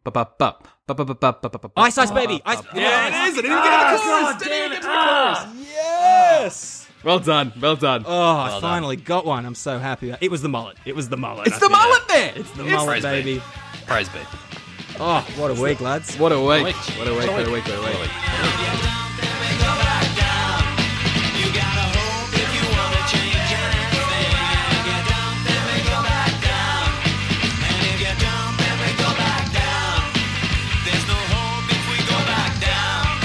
Speaker 2: ba- ba- ba- ba- ba- ba- ba- ba- ba- ba-
Speaker 1: Ice Ice Baby. Ice. Ah,
Speaker 2: Yeah, it is. I didn't get to the chorus. Didn't even get to the chorus.
Speaker 1: Yes.
Speaker 2: Well done. Well done.
Speaker 1: Oh, I finally got one. I'm so happy. It was the mullet. It was the mullet.
Speaker 2: It's the mullet there. It's
Speaker 1: the mullet,
Speaker 3: Praise be.
Speaker 1: baby.
Speaker 3: Praise be.
Speaker 1: Oh, what a week, lads.
Speaker 2: What a week.
Speaker 3: Wait.
Speaker 2: What a week. What a week. What a week.
Speaker 4: You gotta hope if you wanna change anything. And if you don't, then we go back down. And if you don't, then we go back down. There's no hope if we go back down.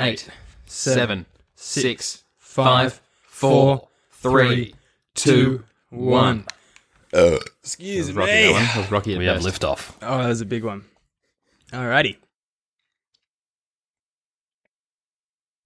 Speaker 2: Eight,
Speaker 1: seven,
Speaker 2: seven, six,
Speaker 1: five,
Speaker 2: five,
Speaker 1: four,
Speaker 2: four,
Speaker 1: three,
Speaker 2: three, two, one.
Speaker 1: Excuse
Speaker 2: Rocky, that one. That was rocky at
Speaker 3: We have
Speaker 2: best.
Speaker 3: liftoff.
Speaker 1: Oh, that was a big one. Alrighty.